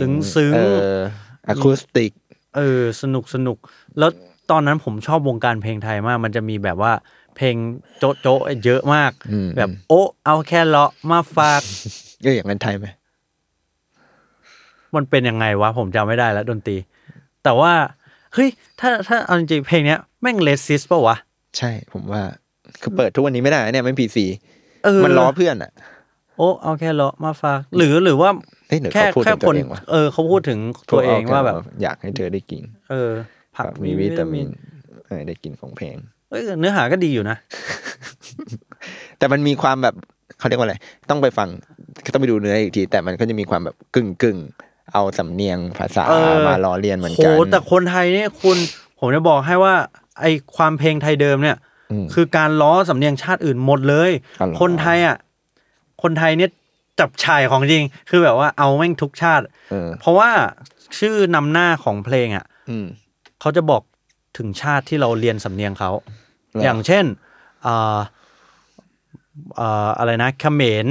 ซึ้งๆ เอออะคูสติก เออสนุกสนุก แล้วตอนนั้นผมชอบวงการเพลงไทยมาก มันจะมีแบบว่าเพลงโจ๊ะโจ๊ะเยอะมาก อืม แบบโอะเอาแค่เลาะมาฝาก เอออย่างนั้นไทยไหม มันเป็นยังไงวะ ผมจำไม่ได้แล้วดนตรี แต่ว่า เฮ้ย ถ้าถ้าเอาจริงๆเพลงเนี้ยแม่งเลสซิสป่าวะ ใช่ผมว่า คือเปิดทุกวันนี้ไม่ได้นะเนี่ยไม่พีซี เออ มันล้อเพื่อนอ่ะ โอ้เอาแค่ล้อมาฝาก หรือหรือว่า เฮ้ยหรือ แค่ เขาพูด แค่ ถึง ค ตัวนเองวะ เออเขาพูดถึงตัวเองว่าแบบ อยากให้เธอได้กิน เออ ผัก มีวิตามินเออได้กินของแพง เอ้ยเนื้อหาก็ดีอยู่นะ แต่มันมีความแบบเขาเรียกว่าอะไร ต้องไปฟังต้องไปดูเนื้ออีกที แต่มันก็จะมีความแบบกึ่งกึ่งๆเอาสำเนียงภาษา เออ มาล้อเลียนเหมือน โห กัน แต่คนไทยเนี่ยคุณผมจะบอกให้ว่าไอความเพลงไทยเดิมเนี่ย ม คือการล้อสำเนียงชาติอื่นหมดเลย อ๋อเหรอ คนไทยอ่ะ คนไทยเนี่ยจับชายของจริง คือแบบว่าเอาแม่งทุกชาติ เออ เพราะว่าชื่อนำหน้าของเพลงอ่ะ อืม เขาจะบอกถึงชาติที่เราเรียนสำเนียงเขา หรอ อย่างเช่นอ่าอ่าอะไรนะเขมร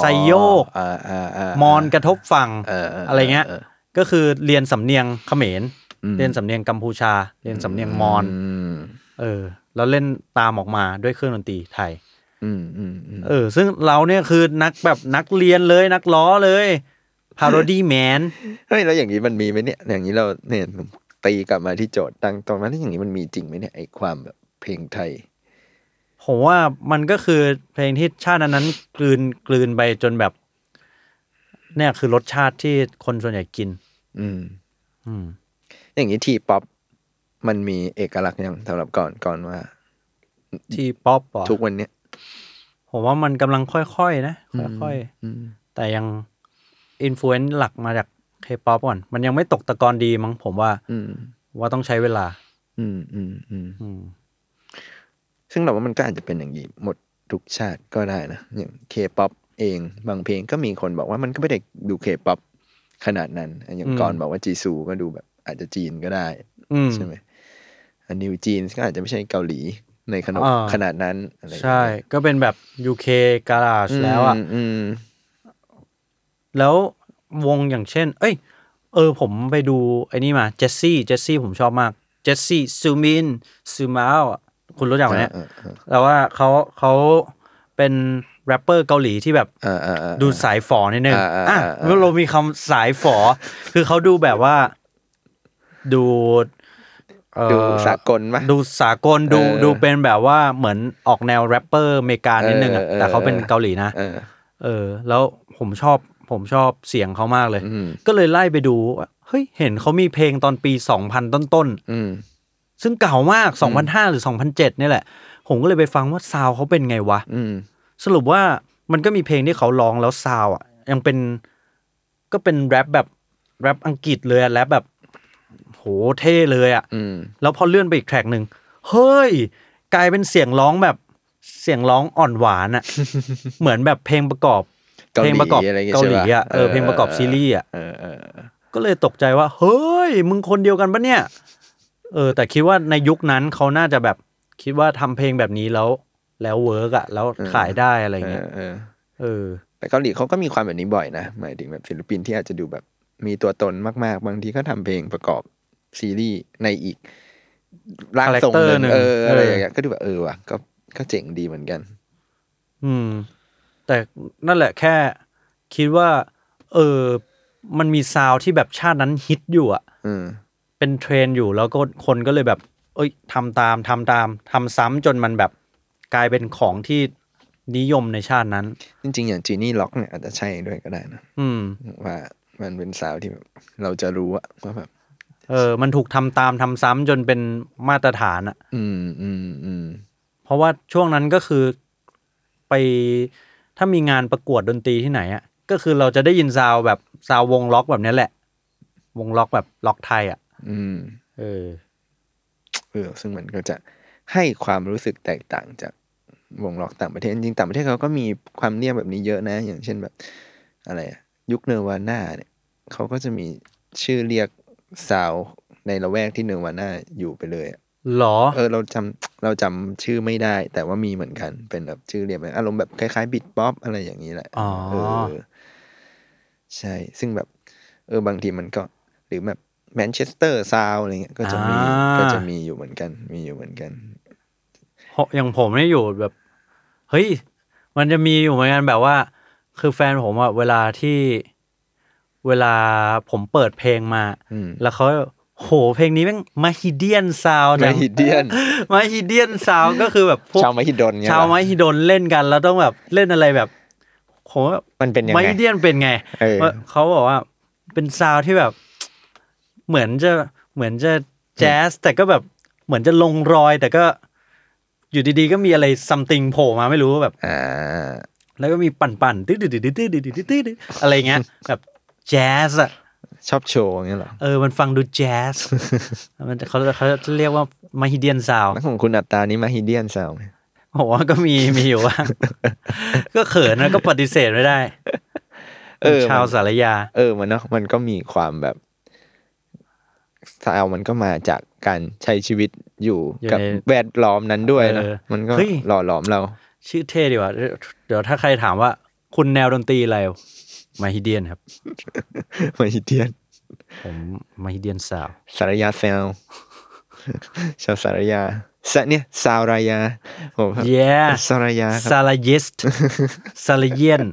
ไซโยก าาาม อนกระทบฝั่ง เออเออ อะไรเงี้ย ออ ก็คือเรียนสำเนียงเขมร อืม เรียนสำเนียงกัมพูชา เรียนสำเนียงมอญ ม เออ แล้วเล่นตามออกมาด้วยเครื่องดนตรีไทย อืมอืมอืม เออ ซึ่งเราเนี่ยคือนักแบบนักเรียนเลยนักล้อเลยพาโร ดี้แมน เฮ้ยแล้วอย่างนี้มันมีไหมเนี่ย อย่างนี้เราเนี่ยตีกลับมาที่โจทย์ตั้งตรงนั้นแล้วอย่างนี้มันมีจริงไหมเนี่ยไอ้ความแบบเพลงไทย ผมว่ามันก็คือเพลงที่ชาติอันนั้นกลืนกลืนไปจนแบบ เนี่ยคือรสชาติที่คนส่วนใหญ่กิน อืม อืม อย่างนี้ทีป๊อปมันมีเอกลักษณ์ยังสำหรับก่อนก่อนว่า ที่ป๊อปอ่ะ ทุกวันเนี้ย ผมว่ามันกำลังค่อยๆ นะค่อยๆ อืม แต่ยังอินฟลูเอนซ์หลักมาจากเคป๊อปก่อน มันยังไม่ตกตะกอนดีมั้งผมว่า อืม ว่าต้องใช้เวลา อืมอืมอืม อืม ซึ่งเราว่ามันก็อาจจะเป็นอย่างนี้หมดทุกชาติก็ได้นะ อย่างเคป๊อปเองบางเพลงก็มีคนบอกว่ามันก็ไม่ได้ดูเคป๊อปขนาดนั้นอ่ะอย่าง อืม ก่อนบอกว่าจีซูก็ดูแบบอาจจะจีนก็ได้ อืม ใช่ไหมอันนิวจีนก็อาจจะไม่ใช่เกาหลีในขนม อ่า ขนาดนั้นอะไรอย่าง ใช่ เงี้ย ก็เป็นแบบ UK Garage แล้วอ่ะ มอืม แล้ววงอย่างเช่น เอ้ย เออ ผมไปดูไอ้นี่มาเจสซี่เจสซี่ผมชอบมากเจสซี่ซูมินซูมาอ่ะคุณรู้จักไหมเนี่ย อ่าอ่า แต่ว่าเขาเขาเป็นแรปเปอร์เกาหลีที่แบบ อ่าอ่าอ่า ดูสายฝอนิดนึง อ่าอ่า อ่ะ อ่าอ่า เรามีคำสายฝอ คือเขาดูแบบว่า ดูเอ่อ ดูสากลปะ ดูสากลดู เออ ดูเป็นแบบว่าเหมือนออกแนวแรปเปอร์อเมริกานิดนึงอะ เออเออ แต่เขาเป็นเกาหลีนะ เออ เออ แล้วผมชอบผมชอบเสียงเขามากเลย อืม ก็เลยไล่ไปดูว่าเฮ้ย เห็นเขามีเพลงตอนปี 2000 ต้น อืม ๆ ซึ่งเก่ามาก 2005 หรือ 2007เนี่ยแหละ ผมก็เลยไปฟังว่าซาวเขาเป็นไงวะ อืม สรุปว่ามันก็มีเพลงที่เขาร้องแล้วซาวอ่ะ ยังเป็นก็เป็นแรปแบบแรปอังกฤษเลยอะแรปแบบ โหเท่เลยอ่ะ อืม แล้วพอเลื่อนไปอีกแทร็กหนึ่งเฮ้ย กลายเป็นเสียงร้องแบบเสียงร้องอ่อนหวาน อ่ะ เหมือนแบบเพลงประกอบ เกาหลี ลงประกอบ อะไรอย่างเงี้ย เกาหลีอ่ะ ใช่ปะ เออเพลงประกอบ เออ ซีรีส์อ่ะ เออเออเออ ก็เลยตกใจว่า เฮ้ย มึงคนเดียวกันปะเนี่ย เออ แต่คิดว่าในยุคนั้นเขาน่าจะแบบคิดว่าทำเพลงแบบนี้แล้ว แล้วเวิร์กอ่ะแล้วขายได้อะไรอย่างเงี้ย เออเออ เออ แต่เกาหลีเขาก็มีความแบบนี้บ่อยนะ หมายถึงแบบศิลปินที่อาจจะดูแบบมีตัวตนมาก ๆ บางทีก็ทำเพลงประกอบซีรีส์ในอีกร่างทรงหนึ่ง Character หนึ่ง เอออะไร เออออ ย่างเงี้ยก็ดูแบบเออว่ะก็ก็เจ๋งดีเหมือนกัน อืม แต่นั่นแหละแค่คิดว่า เออ มันมีซาวด์ที่แบบชาตินั้นฮิตอยู่อะ อืม เป็นเทรนด์อยู่แล้วก็คนก็เลยแบบ เอ้ยทำตามทำตามทำซ้ำจนมันแบบกลายเป็นของที่นิยมในชาตินั้น จริง ๆ อย่างจีนี่ล็อกเนี่ยอาจจะใช่ด้วยก็ได้นะ อืม ว่ามันเป็นสาวที่แบบเราจะรู้อะว่าแบบ เออ มันถูกทำตามทำซ้ำจนเป็นมาตรฐานอะ อืมอืมอืม เพราะว่าช่วงนั้นก็คือไปถ้ามีงานประกวดดนตรีที่ไหนอะก็คือเราจะได้ยินซาวด์แบบซาวด์วงล็อกแบบเนี้ยแหละ วงล็อกแบบล็อกไทยอะ อืม เออ เออซึ่งมันก็จะให้ความรู้สึกแตกต่างจากวงล็อกต่างประเทศจริงๆต่างประเทศเขาก็มีความเรียกแบบนี้เยอะนะ อย่างเช่นแบบ อะไรอะยุคเนวาน่าเนี่ยเขาก็จะมีชื่อเรียกสาวในละแวกที่เนวาน่าอยู่ไปเลยอะ หรอ เออเราจำเราจำชื่อไม่ได้ แต่ว่ามีเหมือนกันเป็นแบบชื่อเรียกเหมือนอารมณ์แบบคล้ายๆบิดป๊อปอะไรอย่างนี้แหละ อ๋อ เออใช่ ซึ่งแบบ เออบางทีมันก็ หรือแบบแมนเชสเตอร์ซาวอะไรเงี้ยก็จะมี อ่า ก็จะมีอยู่เหมือนกัน มีอยู่เหมือนกัน เพราะอย่างผมเนี่ยอยู่แบบ เฮ้ย มันจะมีอยู่เหมือนกันแบบว่า คือแฟนผมอะเวลาที่เวลาผมเปิดเพลงมา อืม แล้วเขาโห โหเพลงนี้แม่งมาฮิเดียนซาว ไมฮิเดียน มาฮิเดียนซาวก็คือแบบพวก ชาวไมฮิดนเนี่ย ชาว เหรอ ไมฮิดนเล่นกันแล้วต้องแบบเล่นอะไรแบบโหแบบ มันเป็นยัง ไม ไง ฮิเดียนเป็นไง เออ เขาบอกว่าเป็นซาวที่แบบ เหมือนจะเหมือนจะแจ๊สแต่ก็แบบเหมือนจะลงรอย แต่ก็อยู่ดีๆ ก็มีอะไรซัมติงโผล่มาไม่รู้แบบ อ่า แล้วก็มีปั่นๆตื้อดื้อดื้อดื้อดื้อดื้อดื้อดื้ออะไร เงี้ย แบบแจ๊สอะ ชอบโชว์อย่างเงี้ยเหรอ เออ มันฟังดูแจ๊ ส มันเขาเขาจะเรียกว่ามาฮิเดียนซาว แล้วของคุณอัตตานี่ไมฮิเดียนซาวไหม ผมว่าก็มีมีอยู่ว่าง ก็เขินนะก็ปฏิเสธไม่ได้ เออ เป็นชาวสารยา เออมันเนาะมันก็มีความแบบซาวมันก็มาจากการใช้ชีวิตอยู่ อยู่ กับ ใน แวดล้อมนั้นด้วยนะ เออ มันก็ เฮ้ย หล่อหลอมเรา ชื่อเท่ดีว่ะเดี๋ยวเดี๋ยวถ้าใครถามว่า คุณแนวดนตรีอะไรมาฮิเดียนครับ ไมฮิเดียน ผมมาฮิเดียนซาว สารยาแซว ชาวสารยาสะเนี่ยสารายาผม เย้ สารยาครับ ซาลาเยสซาลาเยน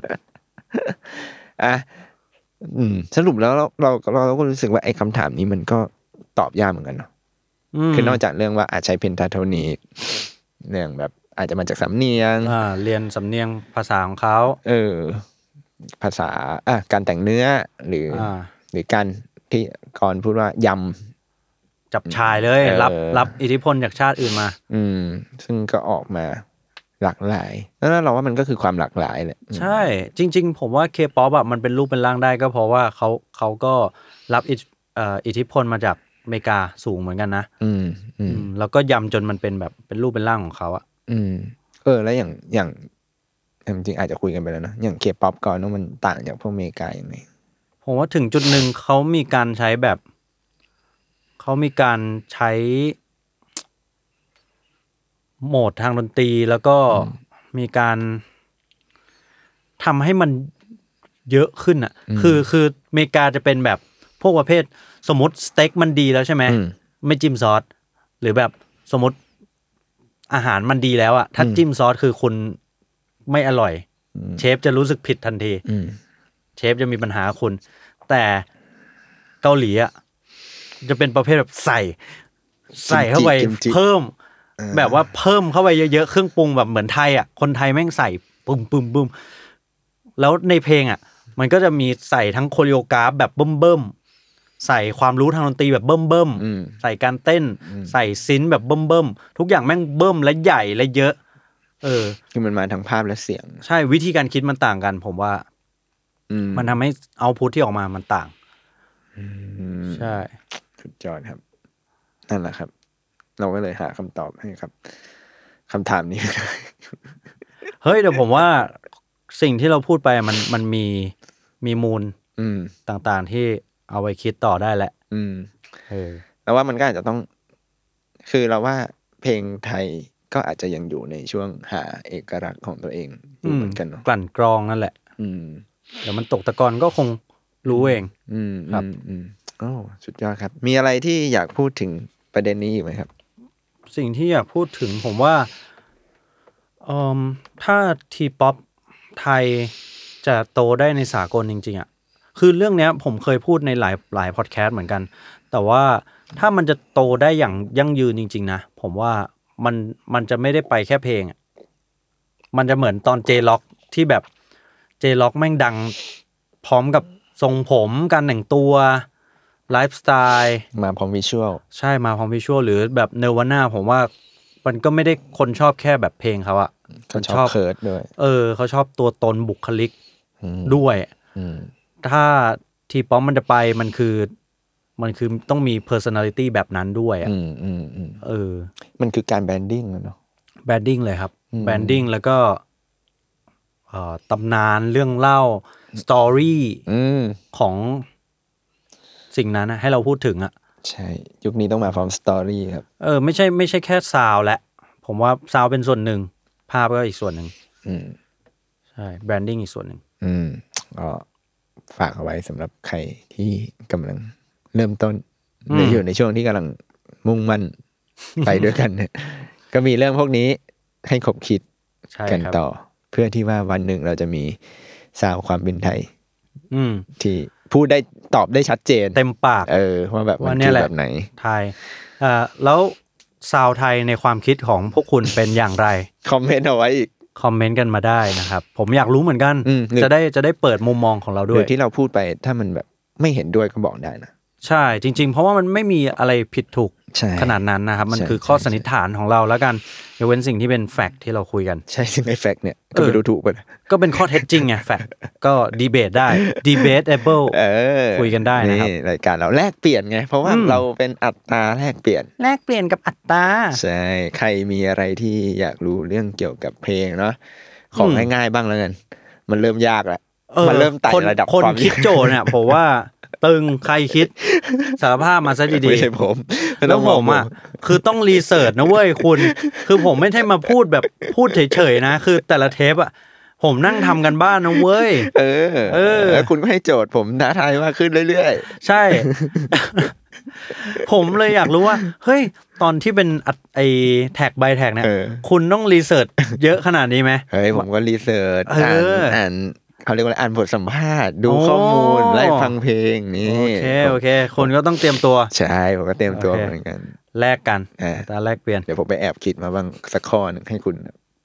อ่ะอืมสรุปแล้วเราเราเราก็รู้สึกว่าไอ้คำถามนี้มันก็ตอบยากเหมือนกันเนาะ ม คือนอกจากเรื่องว่าอาจใช้เพนทาโทนิกเรื่องแบบอาจจะมาจากสำเนียง อ่าเรียนสำเนียงภาษาของเขา เออ ภาษาอ่ะการแต่งเนื้อหรืออ อ่า หรือการที่ก่อนพูดว่ายำ จับชายเลย เออ รับรับอิทธิพลจากชาติอื่นมา อืม ซึ่งก็ออกมาหลากหลายแล้วเราว่ามันก็คือความหลากหลายแหละ ใช่จริง ๆ ผมว่าเคป๊อปอ่ะมันเป็นรูปเป็นร่างได้ก็เพราะว่าเขาเขาก็รับอิทเอ่ออิทธิพลมาจากอเมริกาสูงเหมือนกันนะ อืมอืม อืมแล้วก็ยำจนมันเป็นแบบเป็นรูปเป็นร่างของเขาอ่ะ อืมเออแล้วอย่างอย่างจริงๆอาจจะคุยกันไปแล้วเนอะอย่างเคป๊อปก่อนเนอะมันต่างจากพวกอเมริกาอย่างไง ผมว่าถึงจุดหนึ่งเขามีการใช้แบบเขามีการใช้ โหมดทางดนตรีแล้วก็มีการทำให้มันเยอะขึ้นอ่ะ คือคืออเมริกาจะเป็นแบบพวกประเภทสมมติสเต็กมันดีแล้วใช่ไหม อืม ไม่จิ้มซอสหรือแบบสมมติอาหารมันดีแล้วอะถ้า อืม จิ้มซอสคือคุณไม่อร่อย เชฟจะรู้สึกผิดทันที อืม เชฟจะมีปัญหาคุณ แต่เกาหลีอะจะเป็นประเภทแบบใส่ ใส่เข้าไป กิมจิกิมจิ เพิ่ม แบบว่าเพิ่มเข้าไปเยอะๆเครื่องปรุงแบบเหมือนไทยอะคนไทยแม่งใส่ปุ่มปุ่มปุ่มแล้วในเพลงอะมันก็จะมีใส่ทั้งโคโรกราฟแบบเบิ่มเบิ่มๆใส่ความรู้ทางดนตรีแบบเบิ่มเบิ่มๆ อืม ใส่การเต้น ใส่ซินแบบเบิ่มเบิ่มๆทุกอย่างแม่งเบิ่มและใหญ่และเยอะ เออ คือมันมาทั้งภาพและเสียง ใช่วิธีการคิดมันต่างกัน ผมว่า อืม มันทำให้เอาพุทที่ออกมามันต่าง อืม ใช่ สุดยอดครับ นั่นแหละครับ เราก็เลยหาคำตอบให้ครับคำถามนี้ เฮ้ยแต่ผมว่าสิ่งที่เราพูดไปมันมันมีมีมูล อืม ต่างๆที่เอาไปคิดต่อได้แหละ อืม เออ แล้วว่ามันก็อาจจะต้อง คือเราว่าเพลงไทยก็อาจจะยังอยู่ในช่วงหาเอกลักษณ์ของตัวเองอยู่เหมือนกันเนอะ กลั่นกรองนั่นแหละ อืม เดี๋ยวมันตกตะกอนก็คงรู้เอง อืม ครับ อืมอืมโอ้สุดยอดครับ มีอะไรที่อยากพูดถึงประเด็นนี้อีกไหมครับ สิ่งที่อยากพูดถึงผมว่าเอมถ้าทีป๊อปไทยจะโตได้ในสากลจริง ๆอะ่ะคือเรื่องเนี้ยผมเคยพูดในหลายหลายพอดแคสต์เหมือนกัน แต่ว่าถ้ามันจะโตได้อย่างยั่งยืนจริง ๆ นะ ผมว่ามันมันจะไม่ได้ไปแค่เพลงอะมันจะเหมือนตอนเจล็อกที่แบบเจล็อกแม่งดังพร้อมกับทรงผมการแต่งตัวไลฟ์สไตล์ มาพร้อมวิชวล ใช่มาพร้อมวิชวลหรือแบบเนวาน่าผมว่ามันก็ไม่ได้คนชอบแค่แบบเพลงเขาอะ คนชอบเคิร์ดด้วย เออเขาชอบตัวตนบุคลิก อืม ด้วย อืม ถ้าทีป๊อปมันจะไปมันคือ มันคือต้องมี personality แบบนั้นด้วยอะ อืมอืมอืม เออ มันคือการแบรนดิ้งนะเนาะ แบรนดิ้งเลยครับ อืม แบรนดิ้งแล้วก็เอ่อตำนานเรื่องเล่าสตอรี่ อืม ของสิ่งนั้นนะให้เราพูดถึงอะ ใช่ ยุคนี้ต้องมาพร้อมสตอรี่ครับ เออไม่ใช่ไม่ใช่แค่ซาวด์แหละ ผมว่าซาวด์เป็นส่วนหนึ่ง ภาพก็อีกส่วนหนึ่ง อืม ใช่แบรนดิ้งอีกส่วนหนึ่ง อืมก็ฝากเอาไว้สำหรับใครที่กำลังเริ่มต้นหรืออยู่ในช่วงที่กำลังมุ่งมั่น ไปด้วยกัน เนี่ยก็มีเรื่องพวกนี้ให้ขบคิด ใช่ กัน ครับ ต่อ เพื่อที่ว่าวันหนึ่งเราจะมีสาวความเป็นไทย อืม ที่ พูดได้ตอบได้ชัดเจน เต็มปาก เออว่าแบบมั ว่าน เนี่ คือยแหละ แบบไหน ไทยอ่าแล้วซาวไทยในความคิดของพวกคุณเป็นอย่างไร คอมเมนต์เอาไว้อีก คอมเมนต์กันมาได้นะครับ ผมอยากรู้เหมือนกัน อืมหรือ จะได้จะได้เปิดมุมมองของเรา ห ด้ รื วย อที่เราพูดไปถ้ามันแบบไม่เห็นด้วยก็บอกได้นะ ใช่จริง ๆ เพราะว่ามันไม่มีอะไรผิดถูก ใช่ ขนาดนั้นนะครับ มัน ใช่ คือข้อ ใช่ สันนิษฐานของเราแล้วกันยกเว้นสิ่งที่เป็นแฟกต์ที่เราคุยกัน ใช่ ซึ่งไอ้แฟกต์เนี่ยก็ไม่รู้ถูกไปะนะ ก็เป็นข้อเท็จจริงไงแฟกต์ก็ดีเบ ตได้ debatable เออ คุยกันได้นะครับ รายการเราแลกเปลี่ยนไง เพราะว่า อืม เราเป็นอัตราแลกเปลี่ยน แลกเปลี่ยนกับอัตรา ใช่ ใครมีอะไรที่อยากรู้เรื่องเกี่ยวกับเพลงเนาะของ อืม ง่ายๆบ้างแล้วกัน มันเริ่มยากแล้ว ออ มันเริ่มไต่ คน ระดับ คน ความ คิดโจทย์เนี่ยผมว่าตึงใครคิดสารภาพมาซะ ยาก ดี ไม่ใช่ผม ๆแล้วผมอ่ะคือต้องรีเสิร์ชนะเว้ยคุณ คือผมไม่ใช่มาพูดแบบพูดเฉยๆนะ คือแต่ละเทปอ่ะผมนั่งทำกันบ้านนะเว้ย เออ เออ แล้วคุณก็ให้โจทย์ผมท้าทายมากขึ้นเรื่อย ใช่ ผมเลยอยากรู้ว่า เฮ้ย ตอนที่เป็นอัดไอแท็กใบแท็กๆเนี่ย เออ คุณต้องรีเสิร์ชเยอะขนาดนี้ไหม เฮ้ยผมก็รีเสิร์ช เออ อ่าน อ อ่านเขาเรียกว่าอะไรอ่านบทสัมภาษณ์ดู โอ้ ข้อมูลไล่ฟังเพลงนี่ โอเคโอเคคนก็ต้องเตรียมตัว ใช่ผมก็เตรียมตัว โอเค เหมือนกัน แลกกัน อ่า ตาแลกเปลี่ยน เดี๋ยวผมไปแอบคิดมาบ้างสักข้อหนึ่งให้คุณ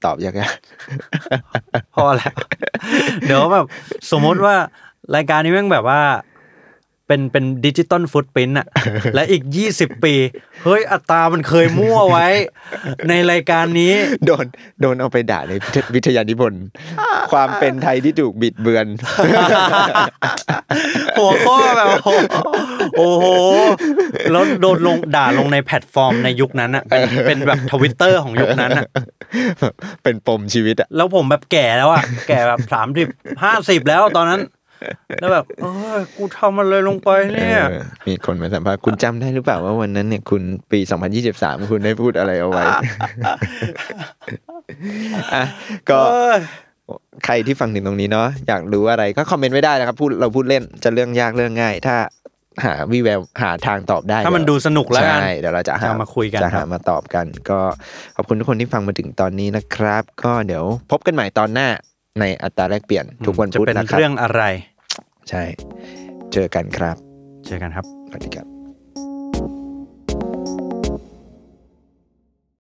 ตอบยาก พอแล้ว เดี๋ยวแบบสมมติว่ารายการนี้แม่งแบบว่า เป็นเป็นดิจิตอลฟุตปริน ต์อะ และอีก 20 ปี เฮ้ย อัตรามันเคยมั่วไว้ ในรายการนี้ ๆโดนโดนเอาไปด่าในวิทยานิพนธ์ ความเป็นไทยที่ถูกบิดเบือน หัวข้อแบบโอ้โหโอ้โห แล้วโดนลงด่าลงในแพลตฟอร์มในยุคนั้นอ่ะ เป็นเป็นแบบทวิตเตอร์ของยุคนั้นอ่ะ เป็นปมชีวิตอ่ะ แล้วผมแบบแก่แล้วอ่ะ แก่แบบสามสิบห้าสิบแล้วตอนนั้น แล้วแบบเออกูทำอะไรลงไปเนี่ย เออมีคนมาสัมภาษณ์คุณจำได้หรือเปล่าว่าวันนั้นเนี่ยคุณปี 2023 คุณได้พูดอะไรเอาไว้ อ่ะก็ เออ ใครที่ฟังถึงตรงนี้เนาะอยากรู้อะไรก็คอมเมนต์ไม่ได้นะครับพูดเราพูดเล่นจะเรื่องยากเรื่องง่าย ถ้าหาวิแววหาทางตอบได้ ถ้ามันดูสนุกแล้วกัน ใช่เดี๋ยวเราจะหา จะมาคุยกัน จะ ครั หา บ มาตอบกัน ก็ขอบคุณทุกคนที่ฟังมาถึงตอนนี้นะครับ ก็เดี๋ยวพบกันใหม่ตอนหน้าในอัตราแลกเปลี่ยนทุกวัน จะ พุธ เป็น นะครับ เรื่องอะไร ใช่ เจอกันครับ เจอกันครับ สวัสดีครับ